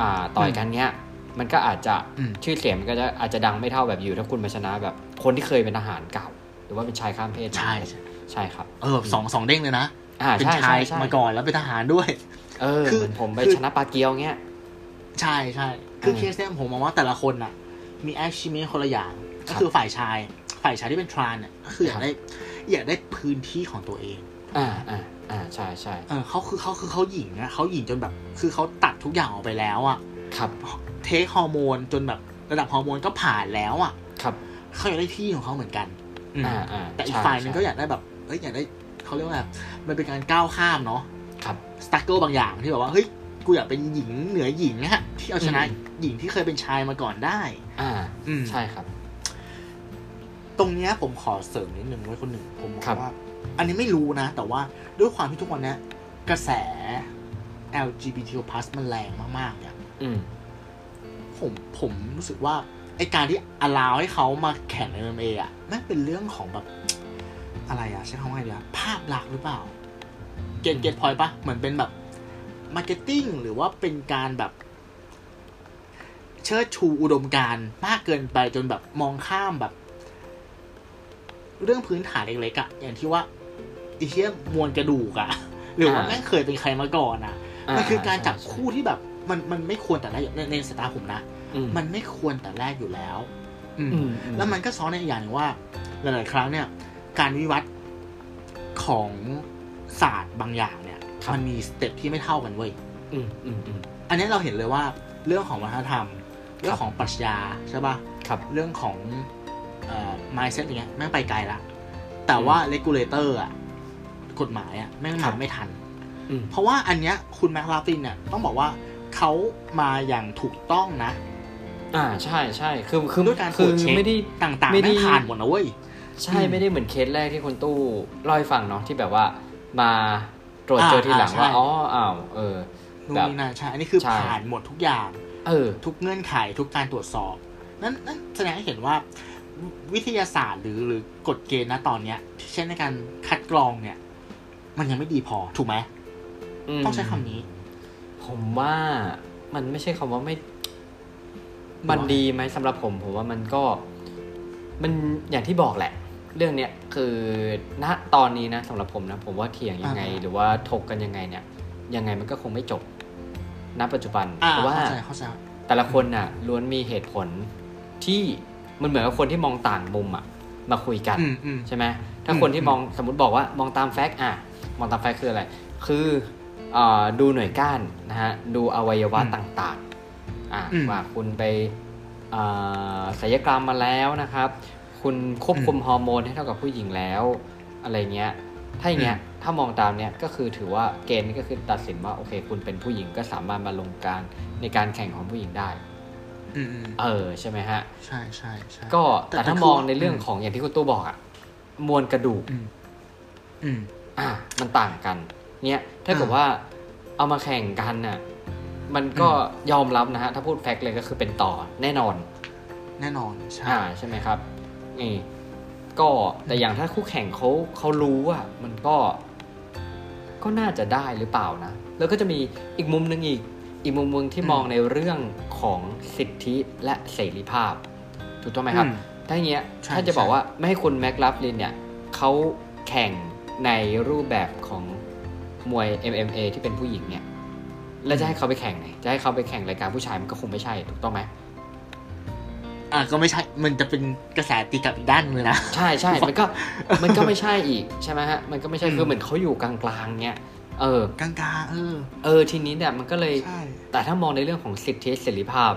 [SPEAKER 2] อ่าต่อยกันเนี้ย มันก็อาจจะ
[SPEAKER 1] อืม
[SPEAKER 2] ชื่อเสียงมันก็จะอาจจะดังไม่เท่าแบบอยู่ ถ้าคุณมาชนะแบบคนที่เคยเป็นทหารเก่า หรือว่าเป็นชายข้ามเพศ
[SPEAKER 1] ใช่
[SPEAKER 2] ใช่ใช่ครับ
[SPEAKER 1] เออแบบสองสองเด้งเลยนะ
[SPEAKER 2] อ่า
[SPEAKER 1] เป็น
[SPEAKER 2] ใช่
[SPEAKER 1] ชา
[SPEAKER 2] ใช่
[SPEAKER 1] ย
[SPEAKER 2] ใช่
[SPEAKER 1] มาก่อนแล้วเป็นทหารด้วย
[SPEAKER 2] เออ
[SPEAKER 1] คือ
[SPEAKER 2] เหมือนผมไป
[SPEAKER 1] คือ
[SPEAKER 2] ชนะปาเกียวเงี้ย
[SPEAKER 1] ใช่ใช่คืออา เคสเนี่ยผมมองว่าแต่ละคนน่ะ มีแอคชั่นคนละอย่าง
[SPEAKER 2] ครั
[SPEAKER 1] ก็
[SPEAKER 2] บ
[SPEAKER 1] คือฝ่ายชาย ฝ่ายชายที่เป็นทรานเนี่ยก็คืออยา
[SPEAKER 2] ครั
[SPEAKER 1] ก
[SPEAKER 2] บ
[SPEAKER 1] ได้อยากได้พื้นที่ของตัวเอง
[SPEAKER 2] อ่าอ่าอ่าใช่ใช่
[SPEAKER 1] เออเขาคือเขาคือเขาหญิงนะเขาหญิงจนแบบ คือเขาตัดทุกอย่างออกไปแล้วอะ
[SPEAKER 2] ครับ
[SPEAKER 1] เทคฮอร์โมนจนแบบระดับฮอร์โมนก็ผ่านแล้วอะ
[SPEAKER 2] ครับ
[SPEAKER 1] เขาอยากได้ที่ของเขาเหมือนกันอืม
[SPEAKER 2] อ่าอ่า
[SPEAKER 1] แต่อีก
[SPEAKER 2] ใช่
[SPEAKER 1] ฝ่ายหนึงก็
[SPEAKER 2] ใช่
[SPEAKER 1] อยากได้แบบเอ้ยอยากได้เขาเรียกว่าอะไรมันเป็นการก้าวข้ามเนาะ
[SPEAKER 2] ครับ
[SPEAKER 1] สตั๊กเกิลบางอย่างที่แบบว่า เฮ้ย กูอยากเป็นหญิงเหนือหญิงนะฮะที่เอาชนะ
[SPEAKER 2] อืม
[SPEAKER 1] หญิงที่เคยเป็นชายมาก่อนได้
[SPEAKER 2] อ่า
[SPEAKER 1] อืม
[SPEAKER 2] ใช่ครับ
[SPEAKER 1] ตรงเนี้ยผมขอเสริมนิดนึงไว้ยคนหนึ่งผมมอง
[SPEAKER 2] ครับ
[SPEAKER 1] ว่า อันนี้ไม่รู้นะ แต่ว่าด้วยความที่ทุกวันเนี้ยกระแส LGBT+ มันแรงมากๆเนี่ย
[SPEAKER 2] อืม
[SPEAKER 1] ผมผมรู้สึกว่าไอการที่อลาวให้เขามาแข่งใน MMA อ่ะนั่นเป็นเรื่องของแบบ อะไรอ่ะใช้คำว่าไงดีอ่ะภาพลักษณ์หรือเปล่า เกตเกตพอยปะเหมือนเป็นแบบมาร์เก็ตติ้งหรือว่าเป็นการแบบ เชิดชูอุดมการณ์มากเกินไปจนแบบมองข้ามแบบ เรื่องพื้นฐานเล็กๆอะอย่างที่ว่าไอเชี่ยมวลกระดูกอะ หรือว่า
[SPEAKER 2] อ่า
[SPEAKER 1] แม่งเคยเป็นใครมาก่อนอะ มันคือการจับคู่ที่แบบ มันมันไม่ควรแต่แรกอยู่ในในสายตาผมนะ
[SPEAKER 2] อืม
[SPEAKER 1] มันไม่ควรแต่แรกอยู่แล้ว อืม
[SPEAKER 2] อืม
[SPEAKER 1] แล้วมันก็ซ้อนในอีกอย่างหนึ่งว่า หลาย ๆ ครั้งเนี่ย การวิวัฒน์ของศาสตร์บางอย่างเนี่ย มันมีสเต็ปที่ไม่เท่ากันเว้ย
[SPEAKER 2] อืมอืมอืม
[SPEAKER 1] อันนี้เราเห็นเลยว่าเรื่องของวัฒนธรรม เรื่องของปรัชญาใช่ป่ะ
[SPEAKER 2] ครับ
[SPEAKER 1] เรื่องของเอ่อ mindset อย่างเงี้ยแม่งไปไกลละ แต่ว่า regulator อะกฎหมายอะแม่ง
[SPEAKER 2] ครั
[SPEAKER 1] มา
[SPEAKER 2] บ
[SPEAKER 1] ไม่ทัน
[SPEAKER 2] อืม
[SPEAKER 1] เพราะว่าอันเนี้ยคุณแม็กลาฟลินเนี่ยต้องบอกว่าเขามาอย่างถูกต้องนะ
[SPEAKER 2] อ่าใช่ใช่คือคือ
[SPEAKER 1] ด้วยการตร
[SPEAKER 2] คื
[SPEAKER 1] ว
[SPEAKER 2] อ
[SPEAKER 1] จเช็ค
[SPEAKER 2] ไม่ได้
[SPEAKER 1] ต่างๆ
[SPEAKER 2] ไม่ได้
[SPEAKER 1] ไม่ผ่านหมดนะเว้ย
[SPEAKER 2] ใช่
[SPEAKER 1] อืม
[SPEAKER 2] ไม่ได้เหมือนเคสแรกที่คนตู้เล่าให้ฟังเนาะที่แบบว่ามาตรวจเจออา ทีหลัง
[SPEAKER 1] อ่า
[SPEAKER 2] ว่า
[SPEAKER 1] ใช่
[SPEAKER 2] อ๋ออ้าวเออ
[SPEAKER 1] นู่น
[SPEAKER 2] แบบ
[SPEAKER 1] นี่นั่นใช่อันนี้คือ
[SPEAKER 2] ใช่
[SPEAKER 1] ผ่านหมดทุกอย่าง
[SPEAKER 2] เออ
[SPEAKER 1] ทุกเงื่อนไขทุกการตรวจสอบ นั่นนั่นแสดงให้เห็นว่าวิวิทยาศาสตร์หรือหรือกฎเกณฑ์นะตอนเนี้ยที่ใช้ในการคัดกรองเนี่ย มันยังไม่ดีพอถูกไหม
[SPEAKER 2] ม
[SPEAKER 1] ต้องใช้คำนี้
[SPEAKER 2] ผมว่ามันไม่ใช่คำว่าไม่ มันดีไหมสำหรับผมผมว่ามันก็ มันอย่างที่บอกแหละ เรื่องเนี้ยคือณตอนนี้นะสำหรับผมนะ ผมว่าเถียงยังไง
[SPEAKER 1] อ่า
[SPEAKER 2] หรือว่าถกกันยังไงเนี่ย ยังไงมันก็คงไม่จบ ณ ปัจจุบัน
[SPEAKER 1] อ่า
[SPEAKER 2] เพราะว่า
[SPEAKER 1] เข้าใจเข้าใจ
[SPEAKER 2] แต่ละคนน่ะล้วนมีเหตุผลที่มันเหมือนกับคนที่มองต่างมุมอ่ะ มาคุยกัน
[SPEAKER 1] อืมอืม
[SPEAKER 2] ใช่ไหมถ้า
[SPEAKER 1] อืม
[SPEAKER 2] คนที่
[SPEAKER 1] อืม
[SPEAKER 2] มองสมมติบอกว่ามองตามแฟกต์อ่ะ มองตามแฟกต์คืออะไร คือเออดูหน่วยก้านนะฮะ ดูอวัยวะ
[SPEAKER 1] อืม
[SPEAKER 2] ต่างๆ อ่ะ
[SPEAKER 1] อืม
[SPEAKER 2] ว่าคุณไปเอ่อศัลยกรรมมาแล้วนะครับ คุณควบคุมฮอร์โมนให้เท่ากับผู้หญิงแล้ว อะไรเงี้ย ถ้าอย่างเงี้ย ถ้ามองตามเนี้ยก็คือถือว่าเกณฑ์นี้ก็คือตัดสินว่าโอเค คุณเป็นผู้หญิงก็สามารถมาลงการในการแข่งของผู้หญิงได้
[SPEAKER 1] อืมอืม
[SPEAKER 2] เออใช่ไหมฮะ
[SPEAKER 1] ใช่ใช่ใช่
[SPEAKER 2] ก็
[SPEAKER 1] แต่
[SPEAKER 2] แต่ถ้า
[SPEAKER 1] แต่คือ
[SPEAKER 2] มองในเรื่อง
[SPEAKER 1] อืม
[SPEAKER 2] ของอย่างที่คุณตู้บอกอะมวลกระดูก
[SPEAKER 1] อืมอืม
[SPEAKER 2] อ่ะมันต่างกันเนี่ยถ้าเกิด
[SPEAKER 1] อ่า
[SPEAKER 2] ว่าเอามาแข่งกันน่ะมันก็ยอมรับนะฮะ ถ้าพูดแฟกต์เลยก็คือเป็นต่อแน่นอน
[SPEAKER 1] แน่นอนใช่
[SPEAKER 2] อ่าใช่ไหมครับนี่ก็แต่อย่างถ้าคู่แข่งเขาเขารู้อ่ะมันก็ ก็น่าจะได้หรือเปล่านะ แล้วก็จะมีอีกมุมหนึ่งอีก อีกมุมหนึงที่
[SPEAKER 1] อืม
[SPEAKER 2] มองในเรื่องของสิทธิและเสรีภาพ ถูกต้องไหมครับ
[SPEAKER 1] อืม
[SPEAKER 2] ถ้าอย่างเงี้ย
[SPEAKER 1] ใช่
[SPEAKER 2] ถ้าจะบอก
[SPEAKER 1] ใช่
[SPEAKER 2] ว่าไม่ให้คุณแม็กลัฟลินเนี่ยเขาแข่งในรูปแบบของมวย MMA ที่เป็นผู้หญิงเนี่ย แล้วจะให้เขาไปแข่งไหนจะให้เขาไปแข่งรายการผู้ชายมันก็คงไม่ใช่ถูกต้องไหม
[SPEAKER 1] อ่ะก็ไม่ใช่ มันจะเป็นกระแสตีกลับอีกด้านหนึงเลยนะ
[SPEAKER 2] ใช่ใช่ มันก็ มันก็ไม่ใช่อีกใช่ไหมฮะ มันก็ไม่ใช่ คือเหมือนเขาอยู่กลางๆ เนี่ย เออ
[SPEAKER 1] กลางๆเออ
[SPEAKER 2] เออ ทีนี้เนี่ยมันก็เลย
[SPEAKER 1] ใช่
[SPEAKER 2] แต่ถ้ามองในเรื่องของสิทธิเสรีภาพ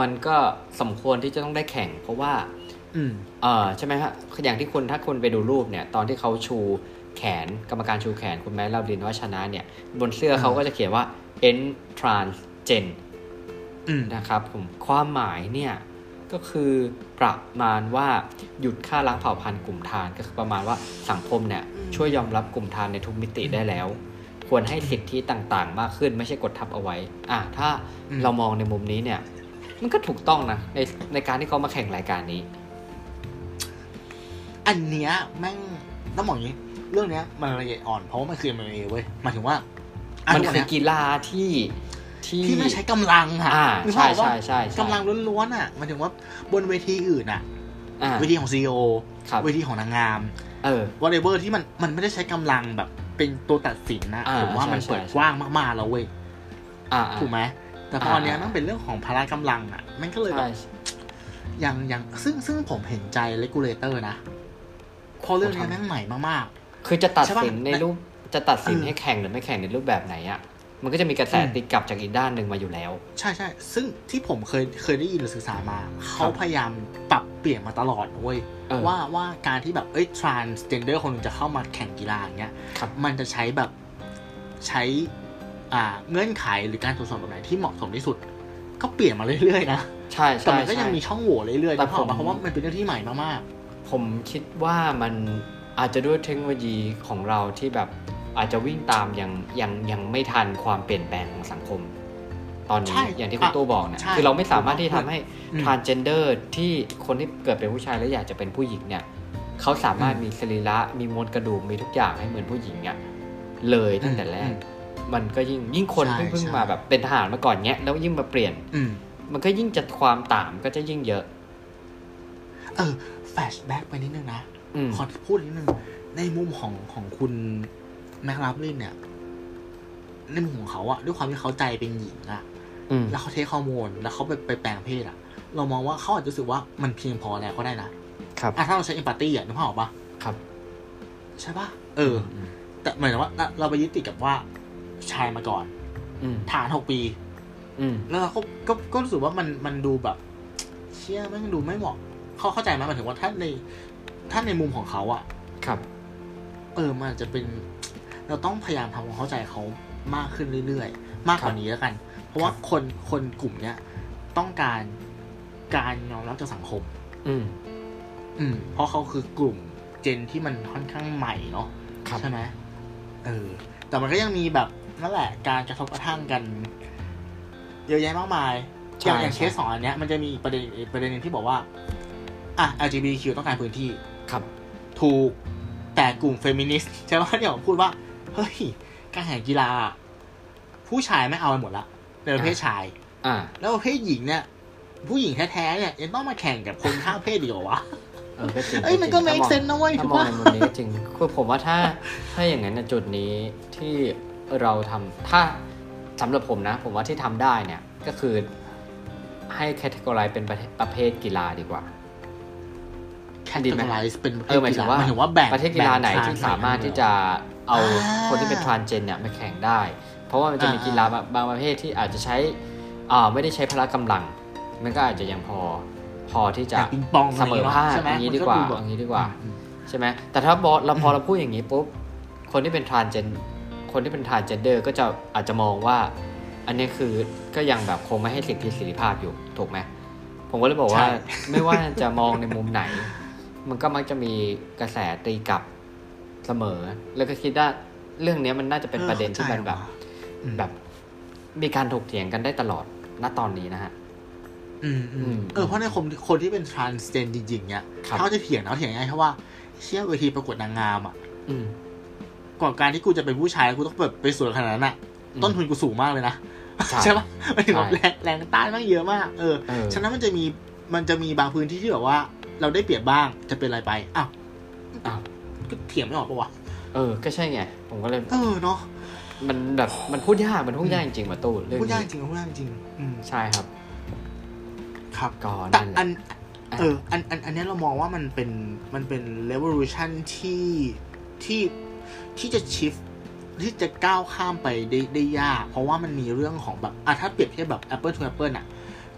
[SPEAKER 2] มันก็สมควรที่จะต้องได้แข่ง เพราะว่า
[SPEAKER 1] อืม
[SPEAKER 2] เออใช่ไหมฮะ อย่างที่คุณถ้าคุณไปดูรูปเนี่ย ตอนที่เขาชูแขน กรรมการชูแขน คุณแม่เราดินว่าชนะเนี่ย บนเสื้อเขาก็จะเขียนว่า n transgen
[SPEAKER 1] อืม
[SPEAKER 2] นะครับผมความหมายเนี่ยก็คือประมาณว่าหยุดฆ่าล้างเผ่าพันธุ์กลุ่มทานก็คือประมาณว่าสังคมเนี่ยช่วยยอมรับกลุ่มทานในทุกมิติได้แล้ว ควรให้สิทธิต่างๆ มากขึ้นไม่ใช่กดทับเอาไว้อ่ะถ้า
[SPEAKER 1] อืม
[SPEAKER 2] เรามองในมุมนี้เนี่ยมันก็ถูกต้องนะในในการที่เขามาแข่งรายการนี้
[SPEAKER 1] อันเนี้ยแม่งต้องบอกอย่างงี้ เรื่องเนี้ยมันละเอียดอ่อนเพราะว่ามันคือ MMA เว้ยหมายถึงว่า
[SPEAKER 2] มั
[SPEAKER 1] มัน
[SPEAKER 2] คือกีฬาที่ที่
[SPEAKER 1] ที่ไม่ใช้กำลังอ่ะ
[SPEAKER 2] อ่า
[SPEAKER 1] นึกภาพออกว่า
[SPEAKER 2] ใช่ใช่ใช่
[SPEAKER 1] กำลังล้วนๆอ่ะหมายถึงว่าบนเวทีอื่นอ่ะ
[SPEAKER 2] อ่ะ
[SPEAKER 1] เวทีของซีโอ
[SPEAKER 2] ครับ
[SPEAKER 1] เวทีของนางงาม
[SPEAKER 2] เออ
[SPEAKER 1] วอลเลย์บอลที่มันมันไม่ได้ใช้กำลังแบบเป็นตัวตัดสินนะ
[SPEAKER 2] อ่า
[SPEAKER 1] ผมว่า
[SPEAKER 2] ใช่
[SPEAKER 1] มัน
[SPEAKER 2] ใช่
[SPEAKER 1] เปิดกว้างมากๆแล้วเว้ย
[SPEAKER 2] อ่า
[SPEAKER 1] ถูกไหมแต่ตอนเนี้ย
[SPEAKER 2] ามั
[SPEAKER 1] มันเป็นเรื่องของพละกำลังอ่ะมันก็เลยแบบ
[SPEAKER 2] ใช่
[SPEAKER 1] ยังยังซึ่งซึ่งผมเห็นใจเลกูเลเตอร์นะเพราะเรื่องเนี้ยแม่งใหม่มาก
[SPEAKER 2] คือจะตัด
[SPEAKER 1] ใช่ปะ
[SPEAKER 2] สินในรูปจะตัดสิน
[SPEAKER 1] เออ
[SPEAKER 2] ให้แข่งหรือไม่แข่งในรูปแบบไหนอะ่ะ มันก็จะมีกระแส
[SPEAKER 1] อืม
[SPEAKER 2] ตีกลับจากอีกด้านหนึ่งมาอยู่แล้ว
[SPEAKER 1] ใช่ใช่ซึ่งที่ผมเคยเคยได้ยินหรือศึกษามา เขา
[SPEAKER 2] ครับ
[SPEAKER 1] พยายามปรับเปลี่ยนมาตลอดเว้ย
[SPEAKER 2] เออ
[SPEAKER 1] ว่าว่าการที่แบบเอ้ย transgender คนหนึงจะเข้ามาแข่งกีฬาอย่างเงี้ย
[SPEAKER 2] ครับ
[SPEAKER 1] มันจะใช้แบบใช้อ่าเงื่อนไขหรือการตรวจสอบแบบไหนที่เหมาะสมที่สุด ก็เปลี่ยนมาเรื่อยๆนะ
[SPEAKER 2] ใช่
[SPEAKER 1] แต่
[SPEAKER 2] ใช่
[SPEAKER 1] มันก็ยัง
[SPEAKER 2] ใช่
[SPEAKER 1] มีช่องโหว่เรื่อยๆ
[SPEAKER 2] แต่
[SPEAKER 1] นะเพ
[SPEAKER 2] ผม
[SPEAKER 1] ราะเพราะว่ามันเป็นเรื่องที่ใหม่มาก
[SPEAKER 2] ผมคิดว่ามันอาจจะด้วยเทคโนโลยีของเราที่แบบอาจจะวิ่งตามยังยังยังไม่ทันความเปลี่ยนแปลงของสังคม ตอน
[SPEAKER 1] ๆ
[SPEAKER 2] นี้
[SPEAKER 1] ใช่
[SPEAKER 2] อย่างที่คุณตู้บอกนะ
[SPEAKER 1] ใช่
[SPEAKER 2] คือเราไม่สามารถที่ทำให้
[SPEAKER 1] อืม
[SPEAKER 2] transgender ที่คนที่เกิดเป็นผู้ชายแล้วอยากจะเป็นผู้หญิงเนี่ยเขาสามารถมีสรีระมีมวลกระดูกมีทุกอย่างให้เหมือนผู้หญิงอะเลยตั้งแต่แรก มันก็ยิ่งยิ่งคน
[SPEAKER 1] ใช่
[SPEAKER 2] เพิ่งเพิ่ง
[SPEAKER 1] ใช่
[SPEAKER 2] มาแบบเป็นทหารมาก่อนเนี้ยแล้วยิ่งมาเปลี่ยน
[SPEAKER 1] อืม
[SPEAKER 2] มันก็ยิ่งจะความต่างก็จะยิ่งเยอะ
[SPEAKER 1] เออแฟชแบ็กไปนิดนึงนะ
[SPEAKER 2] อืม
[SPEAKER 1] ขอพูดนิดนึง ในมุมของของคุณแม็กลาฟลินเนี่ย ในมุมของเขาอะด้วยความที่เขาใจเป็นหญิงอะ
[SPEAKER 2] อืม
[SPEAKER 1] แล้วเขาเทคฮอร์โมน แล้วเขาไปไปแปลงเพศอะเรามองว่าเขาอาจจะรู้สึกว่ามันเพียงพอแล้วก็ได้นะ
[SPEAKER 2] ครับ
[SPEAKER 1] อ่ะถ้าเราใช้เอมพัตตี้อะนึกภาพออกปะ
[SPEAKER 2] ครับ
[SPEAKER 1] ใช่ปะเออ
[SPEAKER 2] ม
[SPEAKER 1] แต่หมายถึงว่าเราเราไปยึดติดกับว่าชายมาก่อน
[SPEAKER 2] อืม
[SPEAKER 1] ฐานหกปี
[SPEAKER 2] อืม
[SPEAKER 1] แล้วเราก็ก็ก็รู้สึกว่ามันมันดูแบบ เชี่ยแม่งดูไม่เหมาะ เขาเข้าใจไหมหมายถึงว่าถ้าในถ้าในมุมของเขาอะ
[SPEAKER 2] ครับ
[SPEAKER 1] เออ มันอาจจะเป็น เราต้องพยายามทำความเข้าใจเขามากขึ้นเรื่อยๆ มากกว่านี้แล้วกัน เพราะว่าคนคนกลุ่มเนี้ยต้องการการยอมรับจากสังคม
[SPEAKER 2] อืม
[SPEAKER 1] อืม เพราะเขาคือกลุ่มเจนที่มันค่อนข้างใหม่เนาะ
[SPEAKER 2] ครับ
[SPEAKER 1] ใช่ไหมเออ แต่มันก็ยังมีแบบนั่นแหละ การกระทบกระทั่งกัน เยอะแยะมากมายอ
[SPEAKER 2] ใช่
[SPEAKER 1] ย่างอย่าง
[SPEAKER 2] ใช่
[SPEAKER 1] เคสสองอันเนี้ยมันจะมีอีกประเด็นอีกประเด็นหนึงที่บอกว่า อ่ะ LGBTQ ต้องการพื้นที่
[SPEAKER 2] ครับ
[SPEAKER 1] ถูกแต่กลุ่มเฟมินิสต์ใช่ไหมที่ผมพูดว่า เฮ้ย การแข่งกีฬา ผู้ชายไม่เอาไปหมดละในประเภทชาย
[SPEAKER 2] อ่า
[SPEAKER 1] แล้วประเภทหญิงเนี่ย ผู้หญิงแท้ๆเนี่ยยังต้องมาแข่งกับคนข้ามเพศดีกว่าวะ
[SPEAKER 2] เออก็จริง
[SPEAKER 1] เอ้ยมันก็
[SPEAKER 2] จริง
[SPEAKER 1] make
[SPEAKER 2] ถ้า
[SPEAKER 1] sense นะเว้ย
[SPEAKER 2] ถ้า
[SPEAKER 1] ถูก
[SPEAKER 2] มอง
[SPEAKER 1] ปะ
[SPEAKER 2] ในมุมนี้ก็จริงคือผมว่าถ้าถ้าอย่างนั้นนะจุดนี้ที่เราทำถ้าสำหรับผมนะ ผมว่าที่ทำได้เนี่ยก็คือให้แคตตากรายเป็นประเภทประเภทกีฬาดีกว่า
[SPEAKER 1] แคต
[SPEAKER 2] ดีไหม
[SPEAKER 1] ตาไลซ์เป็นประ
[SPEAKER 2] เอ
[SPEAKER 1] เภ
[SPEAKER 2] อ
[SPEAKER 1] ท
[SPEAKER 2] หมาย
[SPEAKER 1] กี
[SPEAKER 2] ถึง
[SPEAKER 1] ฬา
[SPEAKER 2] ว่า
[SPEAKER 1] หมายถึงว่าแบ่ง
[SPEAKER 2] ประเทศกีฬาไหน
[SPEAKER 1] แบ่ง
[SPEAKER 2] ที่
[SPEAKER 1] ชย
[SPEAKER 2] สามาร
[SPEAKER 1] ห
[SPEAKER 2] ถ
[SPEAKER 1] ญิง
[SPEAKER 2] ที่จะเอา
[SPEAKER 1] อ่า
[SPEAKER 2] คนที่เป็นทรานเจนเนี่ยมาแข่งได้ เพราะว่ามันจะมี
[SPEAKER 1] อ่า
[SPEAKER 2] กีฬาบางบางประเภทที่อาจจะใช้อ่าไม่ได้ใช้พละกำลัง มันก็อาจจะยังพอพอที่จะ
[SPEAKER 1] แบบปิงปอง
[SPEAKER 2] เสมอภาค
[SPEAKER 1] ใช่ไหม
[SPEAKER 2] อย่างนี้ดีกว่าอย่างนี้ดีกว่า
[SPEAKER 1] อืม
[SPEAKER 2] ใช่ไหม แต่ถ้าบอเราพอ
[SPEAKER 1] อืม
[SPEAKER 2] เราพูดอย่างนี้ปุ๊บ คนที่เป็นทรานเจน คนที่เป็นทรานเจนเดอร์ก็จะอาจจะมองว่า อันนี้คือก็ยังแบบคงไม่ให้สิทธิเสรีภาพอยู่ ถูกไหม ผมก็เลยบอกว่า ไม่ว่าจะมองในมุมไหน มันก็มักจะมีกระแสตีกลับเสมอ แล้วก็คิดว่าเรื่องเนี้ยมันน่าจะเป็นประเด็นที่มันแบบ
[SPEAKER 1] อืม
[SPEAKER 2] แบบ มีการถกเถียงกันได้ตลอด ณ ตอนนี้นะฮะ
[SPEAKER 1] อืมอื
[SPEAKER 2] อื
[SPEAKER 1] ม
[SPEAKER 2] ม
[SPEAKER 1] เออเพราะในคนคนที่เป็นทรานสเจนจริงๆเนี่ย
[SPEAKER 2] ครับ
[SPEAKER 1] เขาจะเถียงเขาเถียงยังไงเพราะว่าเชื่อเวทีประกวดนางงามอะ
[SPEAKER 2] อืม
[SPEAKER 1] ก่อนการที่กูจะเป็นผู้ชายกูต้องแบบไปสวยขนาดนั้นอะ
[SPEAKER 2] อืม
[SPEAKER 1] ต้นทุนกูสูงมากเลยนะ
[SPEAKER 2] ใช่
[SPEAKER 1] ใช่ปะหมันถึงแบบ
[SPEAKER 2] ใช่
[SPEAKER 1] แรงแรงต้านมันเยอะมากเออ
[SPEAKER 2] เออ
[SPEAKER 1] ฉะนั้นมันจะมีมันจะมีบางพื้นที่ที่แบบว่า เราได้เปรียบบ้างจะเป็นอะไรไปอ้าว
[SPEAKER 2] อ้าว
[SPEAKER 1] ก็เถียงไม่ออกปะวะ
[SPEAKER 2] เออ ก็ใช่ไง ผมก็เลย
[SPEAKER 1] เออเนาะ
[SPEAKER 2] มันแบบมันพูดยากมันพูดยากจริงๆมาตู้เรื่อง
[SPEAKER 1] พูดยากจ
[SPEAKER 2] นี้
[SPEAKER 1] ริงพูดยากจริงอืม
[SPEAKER 2] ใช่ครับ
[SPEAKER 1] ครับ
[SPEAKER 2] ก่อ
[SPEAKER 1] แต่
[SPEAKER 2] นั่น
[SPEAKER 1] อัน
[SPEAKER 2] แหละ
[SPEAKER 1] เอออันอันอันเนี้ยเรามองว่ามันเป็นมันเป็น revolution ที่ที่ที่จะชิฟที่จะก้าวข้ามไปได้ได้ยาก เพราะว่ามันมีเรื่องของแบบอ่ะถ้าเปรียบเทียบแบบ Apple to Apple อะ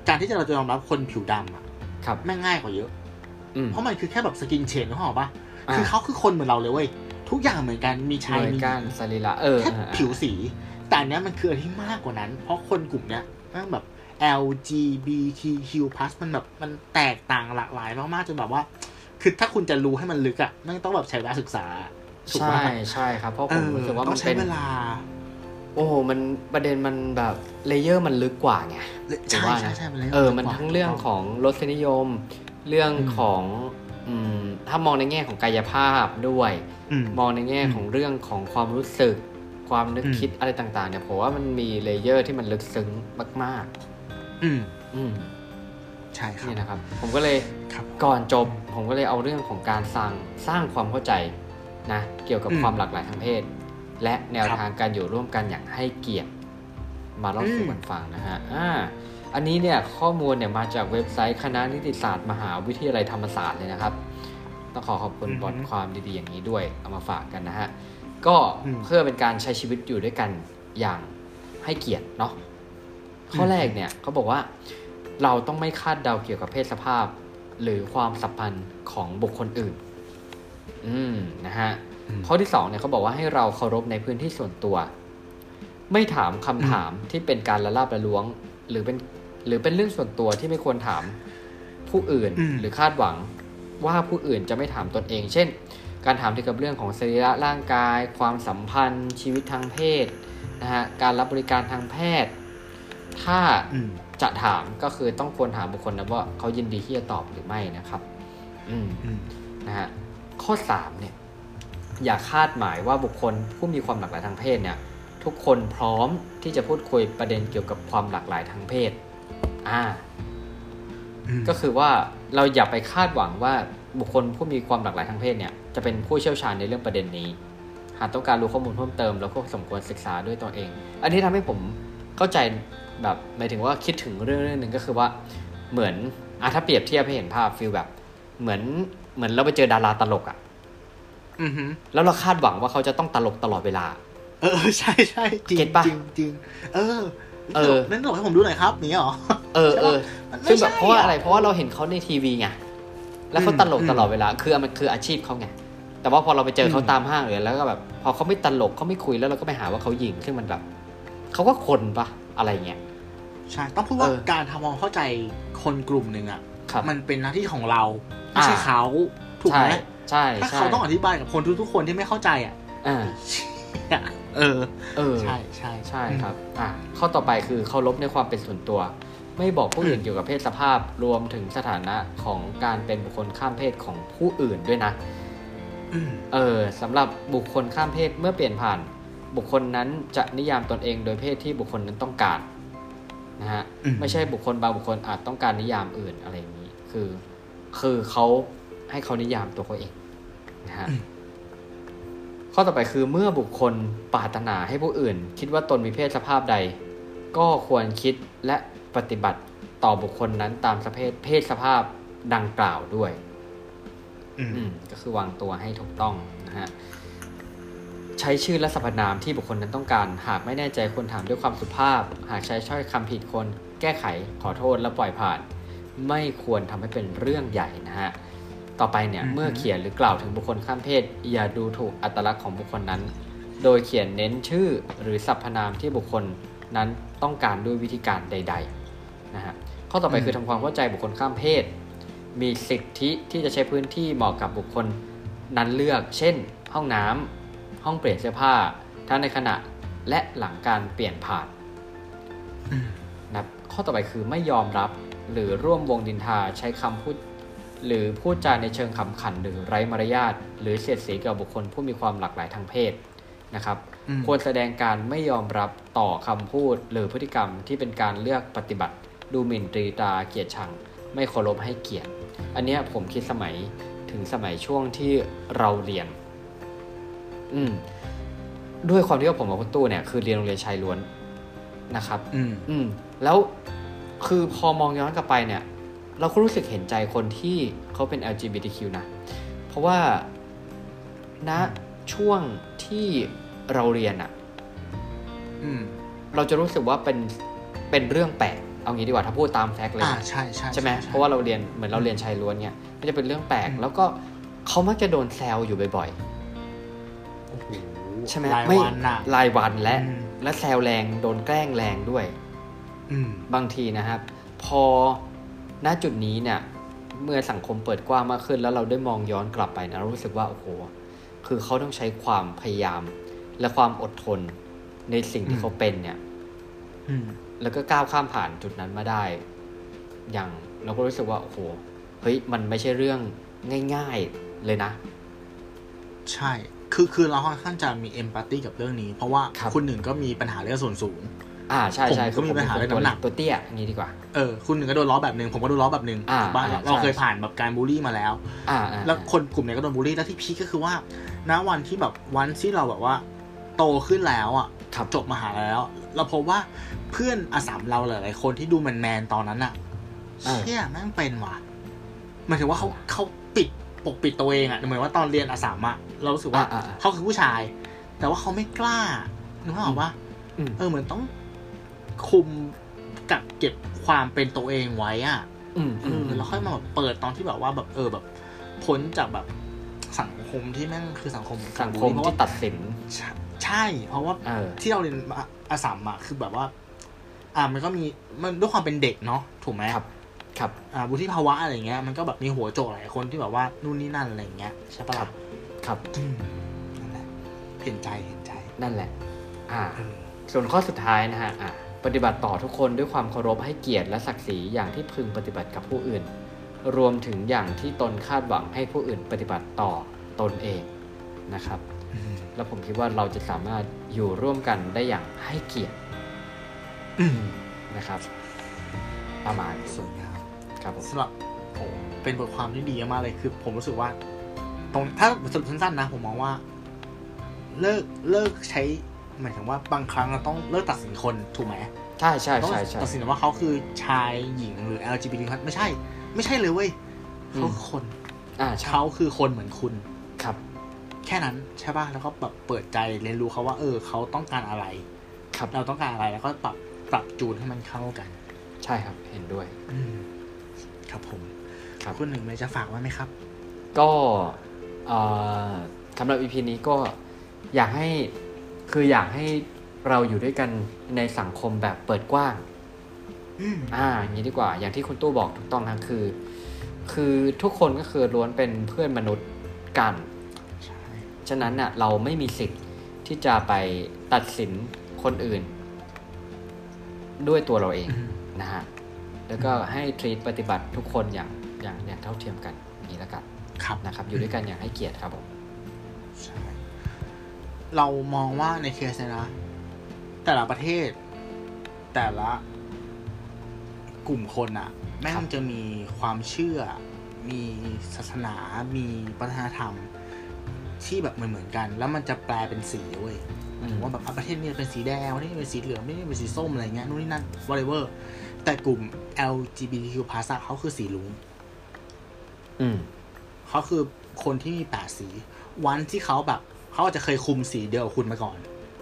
[SPEAKER 1] การที่จะเราจะยอมรับคนผิวดำอะ
[SPEAKER 2] ครับ
[SPEAKER 1] แม่งง่ายกว่าเยอะ
[SPEAKER 2] อืม
[SPEAKER 1] เพราะมันคือแค่แบบสกินเชนนึกออกปะ
[SPEAKER 2] อ่า
[SPEAKER 1] คือเขาคือคนเหมือนเราเลยเว้ย ทุกอย่างเหมือนกัน มีชาย
[SPEAKER 2] โดย
[SPEAKER 1] มีห
[SPEAKER 2] การ
[SPEAKER 1] ญิง
[SPEAKER 2] สรีระเออ
[SPEAKER 1] แค่
[SPEAKER 2] เออเออ
[SPEAKER 1] ผิวสี แต่อันเนี้ยมันคืออะไรที่มากกว่านั้น เพราะคนกลุ่มเนี้ยแมันแบบ LGBTQ+ มันแบบมันแตกต่างหลากหลายมากๆจนแบบว่า คือถ้าคุณจะรู้ให้มันลึกอะแมันต้องแบบใช้เวลาศึกษาถูกปะ
[SPEAKER 2] ใช่ใช่ครับ เพราะ
[SPEAKER 1] เอ
[SPEAKER 2] ผม
[SPEAKER 1] อ
[SPEAKER 2] รู้สึกว่า
[SPEAKER 1] ต้
[SPEAKER 2] มั
[SPEAKER 1] อน งใช้
[SPEAKER 2] เป็น
[SPEAKER 1] เวลา
[SPEAKER 2] โอ้โหมันประเด็นมันแบบเลเยอร์มันลึกกว่าไง
[SPEAKER 1] ใช่
[SPEAKER 2] ผมว่านะ
[SPEAKER 1] ใช่ใช่มันเลย
[SPEAKER 2] เออ มันทั้งเรื่องของรสนิยม เรื่องของอืมถ้ามองในแง่ของกายภาพด้วย
[SPEAKER 1] อืม
[SPEAKER 2] มองในแง่
[SPEAKER 1] อืม
[SPEAKER 2] ของเรื่องของความรู้สึก ความนึก
[SPEAKER 1] อืม
[SPEAKER 2] คิดอะไรต่างๆเนี่ยผมว่ามันมีเลเยอร์ที่มันลึกซึ้งมาก
[SPEAKER 1] อืม
[SPEAKER 2] ๆ อืม
[SPEAKER 1] ใช่ครับ
[SPEAKER 2] นี่นะครับ ผมก็เลย
[SPEAKER 1] ครับ
[SPEAKER 2] ก่อนจบ ผมก็เลยเอาเรื่องของการสร้างสร้างความเข้าใจนะ เกี่ยวกับ
[SPEAKER 1] อืม
[SPEAKER 2] ความหลากหลายทางเพศ และแนว
[SPEAKER 1] ครับ
[SPEAKER 2] ทางการอยู่ร่วมกันอย่างให้เกียรติมาเล่าสู่
[SPEAKER 1] อืม
[SPEAKER 2] กันฟังนะฮะอ่าอันนี้เนี่ยข้อมูลเนี่ยมาจากเว็บไซต์คณะนิติศาสตร์มหาวิทยาลัยธรรมศาสตร์เลยนะครับ ต้องขอขอบคุณบทความดีๆอย่างนี้ด้วยเอามาฝากกันนะฮะ ก็
[SPEAKER 1] อืม
[SPEAKER 2] เพื่อเป็นการใช้ชีวิตอยู่ด้วยกันอย่างให้เกียรติเนาะข้อ
[SPEAKER 1] ม
[SPEAKER 2] แรกเนี่ยเขาบอกว่าเราต้องไม่คาดเดาเกี่ยวกับเพศสภาพ หรือความสัมพันธ์ของบุคคลอื่น อืมนะฮะ ข้อที่สองเนี่ยเขาบอกว่าให้เราเคารพในพื้นที่ส่วนตัว ไม่ถามคำถามที่เป็นการละลาบละล้วง หรือเป็น หรือเป็นเรื่องส่วนตัวที่ไม่ควรถามผู้อื่น
[SPEAKER 3] อืม
[SPEAKER 2] หรือคาดหวังว่าผู้อื่นจะไม่ถามตนเอง เช่น การถามเกี่ยวกับเรื่องของสรีระร่างกาย ความสัมพันธ์ ชีวิตทางเพศนะฮะการรับบริการทางแพทย์ ถ้า
[SPEAKER 3] อืม
[SPEAKER 2] จะถามก็คือต้องควรถามบุคคลนะว่าเขายินดีที่จะตอบหรือไม่นะครับ อืม
[SPEAKER 3] อืม
[SPEAKER 2] นะฮะข้อ3เนี่ยอย่าคาดหมายว่าบุคคลผู้มีความหลากหลายทางเพศเนี่ยทุกคนพร้อมที่จะพูดคุยประเด็นเกี่ยวกับความหลากหลายทางเพศอ่า
[SPEAKER 3] อืม
[SPEAKER 2] ก็คือว่าเราอย่าไปคาดหวังว่าบุคคลผู้มีความหลากหลายทางเพศเนี่ยจะเป็นผู้เชี่ยวชาญในเรื่องประเด็นนี้ หากต้องการรู้ข้อมูลเพิ่มเติมเราก็สมควรศึกษาด้วยตัวเอง อันนี้ทำให้ผมเข้าใจแบบหมายถึงว่าคิดถึงเรื่องเรื่องหนึ่งก็คือว่าเหมือนอ่ะถ้าเปรียบเทียบให้เห็นภาพฟีลแบบ เหมือนเหมือนเราไปเจอดาราตลกอะ
[SPEAKER 1] อือหือ
[SPEAKER 2] แล้วเราคาดหวังว่าเขาจะต้องตลกตลอดเวลา
[SPEAKER 1] เออ ใช่ใช่จริง
[SPEAKER 2] เก็ตปะ
[SPEAKER 1] จริงจริงเออ
[SPEAKER 2] เออ
[SPEAKER 1] นั่นหลอกให้ผมดูหน่อยครับอย่างเงี้ยเหรอ
[SPEAKER 2] เออเออ
[SPEAKER 1] มันไม่
[SPEAKER 2] ซึ่งแบบ
[SPEAKER 1] ใช่
[SPEAKER 2] เพราะว่าอะไร
[SPEAKER 1] อะ
[SPEAKER 2] เพราะว่าเราเห็นเขาในทีวีไง แล้วเขาตลก
[SPEAKER 3] อืม
[SPEAKER 2] ตลอดเวลา คือมันคืออาชีพเขาไง แต่ว่าพอเราไปเจอเขาตามห้างหรือแล้วก็แบบ พอเขาไม่ตลกเขาไม่คุยแล้วเราก็ไปหาว่าเขาหยิงซึ่งมันแบบ เขาก็คนปะอะไรเงี้ย
[SPEAKER 1] ใช่ ต้องพูดว่า
[SPEAKER 2] เออ
[SPEAKER 1] การทำความเข้าใจคนกลุ่มหนึ่งอ่ะ
[SPEAKER 2] ครับ
[SPEAKER 1] มันเป็นหน้าที่ของเราไม่
[SPEAKER 2] อ่า
[SPEAKER 1] ใช่เขาถูกไห
[SPEAKER 2] ใช่
[SPEAKER 1] ม
[SPEAKER 2] ใช่
[SPEAKER 1] ถ้า
[SPEAKER 2] ใช่
[SPEAKER 1] เขาต้องอธิบายกับคนทุกๆคนที่ไม่เข้าใจอ่ะ
[SPEAKER 2] อ่า
[SPEAKER 1] เออ
[SPEAKER 2] เออ
[SPEAKER 1] ใช่ใช่
[SPEAKER 2] ใช่ครับ อ่ะ ข้อต่อไปคือเคารพในความเป็นส่วนตัว ไม่บอกผู้อื่นเกี่ยวกับเพศสภาพ รวมถึงสถานะของการเป็นบุคคลข้ามเพศของผู้อื่นด้วยนะ
[SPEAKER 1] อืม
[SPEAKER 2] เออสำหรับบุคคลข้ามเพศเมื่อเปลี่ยนผ่าน บุคคลนั้นจะนิยามตนเองโดยเพศที่บุคคลนั้นต้องการนะฮะ
[SPEAKER 3] อืม
[SPEAKER 2] ไม่ใช่บุคคลบางบุคคลอาจต้องการนิยามอื่นอะไรอย่างนี้ คือ คือเขาให้เขานิยามตัวเขาเองนะฮะข้อต่อไปคือเมื่อบุคคลปรารถนาให้ผู้อื่น คิดว่าตนมีเพศสภาพใด ก็ควรคิดและปฏิบัติต่อบุคคลนั้นตามสเภทเพศสภาพดังกล่าวด้วย
[SPEAKER 3] อืม
[SPEAKER 2] อืมก็คือวางตัวให้ถูกต้องนะฮะ ใช้ชื่อและสรรพนามที่บุคคลนั้นต้องการ หากไม่แน่ใจควรถามด้วยความสุภาพ หากใช้ช้อยคำผิดควรแก้ไขขอโทษและปล่อยผ่าน ไม่ควรทำให้เป็นเรื่องใหญ่นะฮะ ต่อไปเนี่ย
[SPEAKER 3] อือฮึ
[SPEAKER 2] เมื่อเขียนหรือกล่าวถึงบุคคลข้ามเพศ อย่าดูถูกอัตลักษณ์ของบุคคลนั้น โดยเขียนเน้นชื่อหรือสรรพนามที่บุคคลนั้นต้องการด้วยวิธีการใด ๆนะฮะ ข้อต่อไปคือทำความเข้าใจบุคคลข้ามเพศ มีสิทธิที่จะใช้พื้นที่เหมาะกับบุคคลนั้นเลือก เช่น ห้องน้ำห้องเปลี่ยนเสื้อผ้า ทั้งในขณะและหลังการเปลี่ยนผ่าน
[SPEAKER 3] อืม
[SPEAKER 2] นะครับข้อต่อไปคือไม่ยอมรับหรือร่วมวงดินทาใช้คำพูด หรือพูดจาในเชิงขำขันหรือไร้มารยาทหรือเสียดสีกับบุคคลผู้มีความหลากหลายทางเพศนะครับ
[SPEAKER 3] อืม
[SPEAKER 2] ควรแสดงการไม่ยอมรับต่อคำพูด หรือพฤติกรรมที่เป็นการเลือกปฏิบัติ ดูหมิ่นตรีตราเกียรติชัง ไม่เคารพให้เกียรติ อันเนี้ยผมคิดสมัยถึงสมัยช่วงที่เราเรียน อืม ด้วยความที่ว่าผมกับคุณตู้เนี่ยคือเรียนโรงเรียนชายล้วนนะครับ
[SPEAKER 3] อืม
[SPEAKER 2] อืมแล้วคือพอมองย้อนกลับไปเนี่ย เราก็รู้สึกเห็นใจคนที่เขาเป็น LGBTQ นะ เพราะว่าณช่วงที่เราเรียนอะ
[SPEAKER 1] อืม
[SPEAKER 2] เราจะรู้สึกว่าเป็นเป็นเรื่องแปลก เอางี้ดีกว่าถ้าพูดตามแฟกต์เลย
[SPEAKER 1] อ่า
[SPEAKER 2] นะ
[SPEAKER 1] ใช่ใช่
[SPEAKER 2] ใช่ไหมเพราะว่าเราเรียนเหมือนเราเรียนชายล้วนเนี่ยก็จะเป็นเรื่องแปลก
[SPEAKER 1] อืม
[SPEAKER 2] แล้วก็เขามักจะโดนแซวอยู่บ่อย
[SPEAKER 1] โอ้โห
[SPEAKER 2] ๆ ใช่ไหม
[SPEAKER 1] ราย
[SPEAKER 2] ไม่
[SPEAKER 1] วันอ่ะ
[SPEAKER 2] รายวันและ
[SPEAKER 1] อืม
[SPEAKER 2] และแซวแรงโดนแกล้งแรงด้วย
[SPEAKER 1] อืม
[SPEAKER 2] บางทีนะครับ พอณจุดนี้เนี่ย เมื่อสังคมเปิดกว้างมากขึ้น แล้วเราได้มองย้อนกลับไปนะเรารู้สึกว่าโอ้โหคือเขาต้องใช้ความพยายามและความอดทนในสิ่งที่เขาเป็นเนี่ย
[SPEAKER 3] อืม
[SPEAKER 2] แล้วก็ก้าวข้ามผ่านจุดนั้นมาได้ อย่างเราก็รู้สึกว่าโอ้โหเฮ้ยมันไม่ใช่เรื่องง่าย ๆเลยนะ
[SPEAKER 1] ใช่ คือ คือเราค่อนข้างจะมีเอมพัตตีกับเรื่องนี้ เพราะว่า
[SPEAKER 2] ครับ
[SPEAKER 1] ณหนึ่งก็มีปัญหาเรื่องส่วนสูง
[SPEAKER 2] อ่าใช่ใช่
[SPEAKER 1] ผมก็มีปัญหาเรื่องน้ำหนัก
[SPEAKER 2] ตัวเตี้ยอย่างนี้ดีกว่า
[SPEAKER 1] เออ คุณหนึ่งก็โดนล้อแบบหนึ่งผมก็โดนล้อแบบหนึ่ง
[SPEAKER 2] อ่า
[SPEAKER 1] ถูกบ้าน
[SPEAKER 2] อ่า
[SPEAKER 1] เรา
[SPEAKER 2] ใช่
[SPEAKER 1] เคยผ่านแบบการบูลลี่มาแล้ว
[SPEAKER 2] อ่าอ่า
[SPEAKER 1] แล้วคนกลุ่มเนี้ยก็โดนบูลลี่ แล้วที่พีคก็คือว่า ณ วันที่แบบ วันที่เราแบบว่า โตขึ้นแล้วอ่ะ
[SPEAKER 2] ครับ
[SPEAKER 1] จบมหาลัยแล้ว เราพบว่าเพื่อนอาสามเราหลายๆคนที่ดูแมนแมนๆตอนนั้นอ่ะ
[SPEAKER 2] อ่า
[SPEAKER 1] เชี่ยแม่งเป็นว่ะหมายถึงว่าเขาเขาปิดปกปิดตัวเองอะเหมือนว่าตอนเรียนอาสามอะเรารู้สึกว่า
[SPEAKER 2] อ่าอ่า
[SPEAKER 1] เขาคือผู้ชาย แต่ว่าเขาไม่กล้านึกออกว่า
[SPEAKER 2] อืม
[SPEAKER 1] เออเหมือนต้องคุมกักเก็บความเป็นตัวเองไว้อะ
[SPEAKER 2] อืม
[SPEAKER 1] เอ
[SPEAKER 2] อืม
[SPEAKER 1] อ
[SPEAKER 2] อืม
[SPEAKER 1] แล้วค่อยมาแบบเปิดตอนที่แบบว่าแบบเออแบบ พ้นจากแบบสังคมที่แม่งคือสังคม
[SPEAKER 2] สังคม
[SPEAKER 1] เพราะ
[SPEAKER 2] ที่
[SPEAKER 1] ว่า
[SPEAKER 2] ตัดสิน
[SPEAKER 1] ใช่ใช่ เพราะว่า
[SPEAKER 2] เออ
[SPEAKER 1] ที่เราเรียนอาสามอะคือแบบว่า อ่ามันก็มีมันด้วยความเป็นเด็กเนาะถูกไหม
[SPEAKER 2] ครับ ครับ
[SPEAKER 1] อ่าวุฒิภาวะอะไรเงี้ยมันก็แบบมีหัวโจกหลายคนที่แบบว่านู่นนี่นั่นอะไรเงี้ยใช่ปะ
[SPEAKER 2] ครั
[SPEAKER 1] ล่ะ
[SPEAKER 2] บ ครับ
[SPEAKER 1] อืมนั่นแหละเห็นใจเห็นใจ
[SPEAKER 2] นั่นแหละ อ่า
[SPEAKER 1] เออ
[SPEAKER 2] ส่วนข้อสุดท้ายนะฮะอ่ะปฏิบัติต่อทุกคนด้วยความเคารพให้เกียรติและศักดิ์ศรีอย่างที่พึงปฏิบัติกับผู้อื่น รวมถึงอย่างที่ตนคาดหวังให้ผู้อื่นปฏิบัติต่อตนเองนะครับ
[SPEAKER 1] อืม
[SPEAKER 2] แล้วผมคิดว่าเราจะสามารถอยู่ร่วมกันได้อย่างให้เกียรติ
[SPEAKER 1] อืม
[SPEAKER 2] นะครับ ประมาณนี้
[SPEAKER 1] สวยงาม
[SPEAKER 2] ครับผม
[SPEAKER 1] สำหรับผมเป็นบทความที่ดีมากเลยคือ ผมรู้สึกว่า ตรงถ้าสรุปสั้นๆนะ ผมมองว่า เลิกเลิกใช้หมายถึงว่าบางครั้งเราต้องเลิกตัดสินคนถูกไหม
[SPEAKER 2] ใช่ใช่
[SPEAKER 1] ต้อง
[SPEAKER 2] ใช่ใช่
[SPEAKER 1] ตัดสินว่าเขาคือชายหญิงหรือ LGBT ไม่ใช่ ไม่ใช่เลยเว้ย
[SPEAKER 2] อืม
[SPEAKER 1] เขาคือคน
[SPEAKER 2] อ่าใช่
[SPEAKER 1] เขาคือคนเหมือนคุณ
[SPEAKER 2] ครับ
[SPEAKER 1] แค่นั้นใช่ป่ะแล้วก็แบบเปิดใจเรียนรู้เขาว่าเออเขาต้องการอะไร
[SPEAKER 2] ครับ
[SPEAKER 1] เราต้องการอะไรแล้วก็ปรับปรับจูนให้มันเข้ากัน
[SPEAKER 2] ใช่ครับเห็นด้วย
[SPEAKER 1] อืมครับผม
[SPEAKER 2] ครับ
[SPEAKER 1] คุณหนึ่งเลยจะฝากไว้ไหมครับ
[SPEAKER 2] ก็เอ่อสำหรับ EP นี้ก็อยากให้คืออยากให้เราอยู่ด้วยกันในสังคมแบบเปิดกว้าง
[SPEAKER 1] อืม
[SPEAKER 2] อ่าอย่างนี้ดีกว่าอย่างที่คุณตู้บอกถูกต้องนะคือ คือทุกคนก็คือล้วนเป็นเพื่อนมนุษย์กัน
[SPEAKER 1] ใช่
[SPEAKER 2] ฉะนั้นน่ะเราไม่มีสิทธิ์ที่จะไปตัดสินคนอื่น ด้วยตัวเราเอง
[SPEAKER 1] อืม
[SPEAKER 2] นะฮะแล้วก็ให้ทรีตปฏิบัติทุกคนอย่างอย่างอย่างเท่าเทียมกันอย่างนี่ละกัน
[SPEAKER 1] ครับ
[SPEAKER 2] นะครับอยู่ด้วยกันอย่างให้เกียรติครับผม
[SPEAKER 1] ใช่เรามองว่าในเคสเนี่ยนะ แต่ละประเทศ แต่ละกลุ่มคนอะแม่
[SPEAKER 2] ครั
[SPEAKER 1] ง
[SPEAKER 2] บ
[SPEAKER 1] จะมีความเชื่อ มีศาสนา มีวัฒนธรรม ที่แบบเหมือนเหมือนๆกัน แล้วมันจะแปลเป็นสีเว้ย
[SPEAKER 2] อืม
[SPEAKER 1] ว่าแบบอ่ะประเทศนี้เป็นสีแดงประเทศนี้เป็นสีเหลืองประเทศนี้เป็นสีส้มอะไรเงี้ยนู่นนี่นั่น whatever แต่กลุ่ม LGBTQ+ อะเขาคือสีลุง
[SPEAKER 2] อืม
[SPEAKER 1] เขาคือคนที่มีแปดสี วันที่เขาแบบ เขาอาจจะเคยคุมสีเดียวกับคุณมาก่อน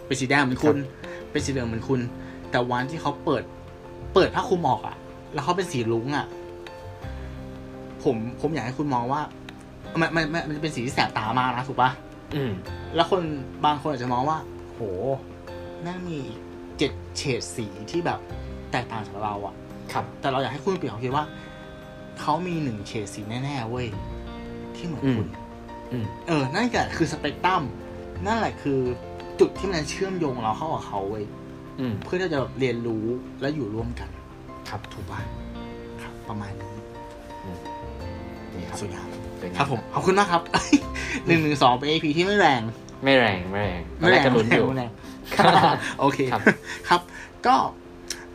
[SPEAKER 1] เป็นสีแดงเหมือนคุณ เป็นสีเหลืองเหมือนคุณ แต่วันที่เขาเปิด เปิดผ้าคลุมออกอะแล้วเขาเป็นสีลุ้งอะผมผมอยากให้คุณมองว่า มันมันมันมันจะเป็นสีที่แสบตามากนะถูกปะ
[SPEAKER 2] อืม
[SPEAKER 1] แล้วคนบางคนอาจจะมองว่า โหแม่งมีอีกเจ็ดเฉดสีที่แบบแตกต่างจากเราอะ
[SPEAKER 2] ครับ
[SPEAKER 1] แต่เราอยากให้คุณเปลี่ยนความคิดว่า เขามีหนึ่งเฉดสีแน่ๆเว้ย ที่เหมือนคุณ
[SPEAKER 2] อืม
[SPEAKER 1] เออ นั่นแหละคือสเปกตรัม นั่นแหละคือจุดที่มันเชื่อมโยงเราเข้ากับเขาเว้ย
[SPEAKER 2] อืม
[SPEAKER 1] เพื่อที่จะแบบเรียนรู้และอยู่ร่วมกัน
[SPEAKER 2] ครับ
[SPEAKER 1] ถูกป่ะครับประมาณนี้
[SPEAKER 2] นี่ครับ
[SPEAKER 1] สุดยอด
[SPEAKER 2] สวยงา
[SPEAKER 1] ครับผม ขอบคุณมากครับ หนึ่งหนึ่งสองเป็นเอพีที่ไม่แรง
[SPEAKER 2] ไม่แรง ไม่แรงตอนแรกก็ลุ้นอยู่
[SPEAKER 1] ไม่แรง โอเค
[SPEAKER 2] ครับ
[SPEAKER 1] ครับ ก็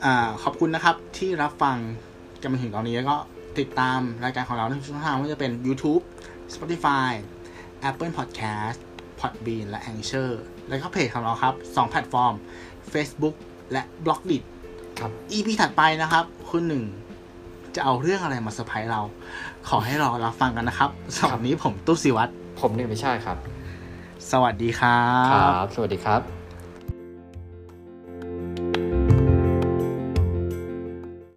[SPEAKER 1] อ่าขอบคุณนะครับที่รับฟังกันมาถึงตอนนี้แล้วก็ติดตามรายการของเราในทุกช่องทางไม่ว่าจะเป็น YouTube Spotify Apple Podcast Podbean และ a n c h o r แล้วก็เพจของเราครับ 2 แพลตฟอร์ม Facebook และ b l o g d i t
[SPEAKER 2] ครับ
[SPEAKER 1] EP ถัดไปนะครับ คุณหนึ่งจะเอาเรื่องอะไรมาเซอร์ไพรส์เรา ขอให้รอรับฟังกันนะครับสำหรับวันนี้ผมตู้สิวัตร
[SPEAKER 2] ผมเนี่ยไม่ใช่ครับ
[SPEAKER 1] สวัสดีครั
[SPEAKER 2] ค
[SPEAKER 1] บ
[SPEAKER 2] รับ สวัสดีครับ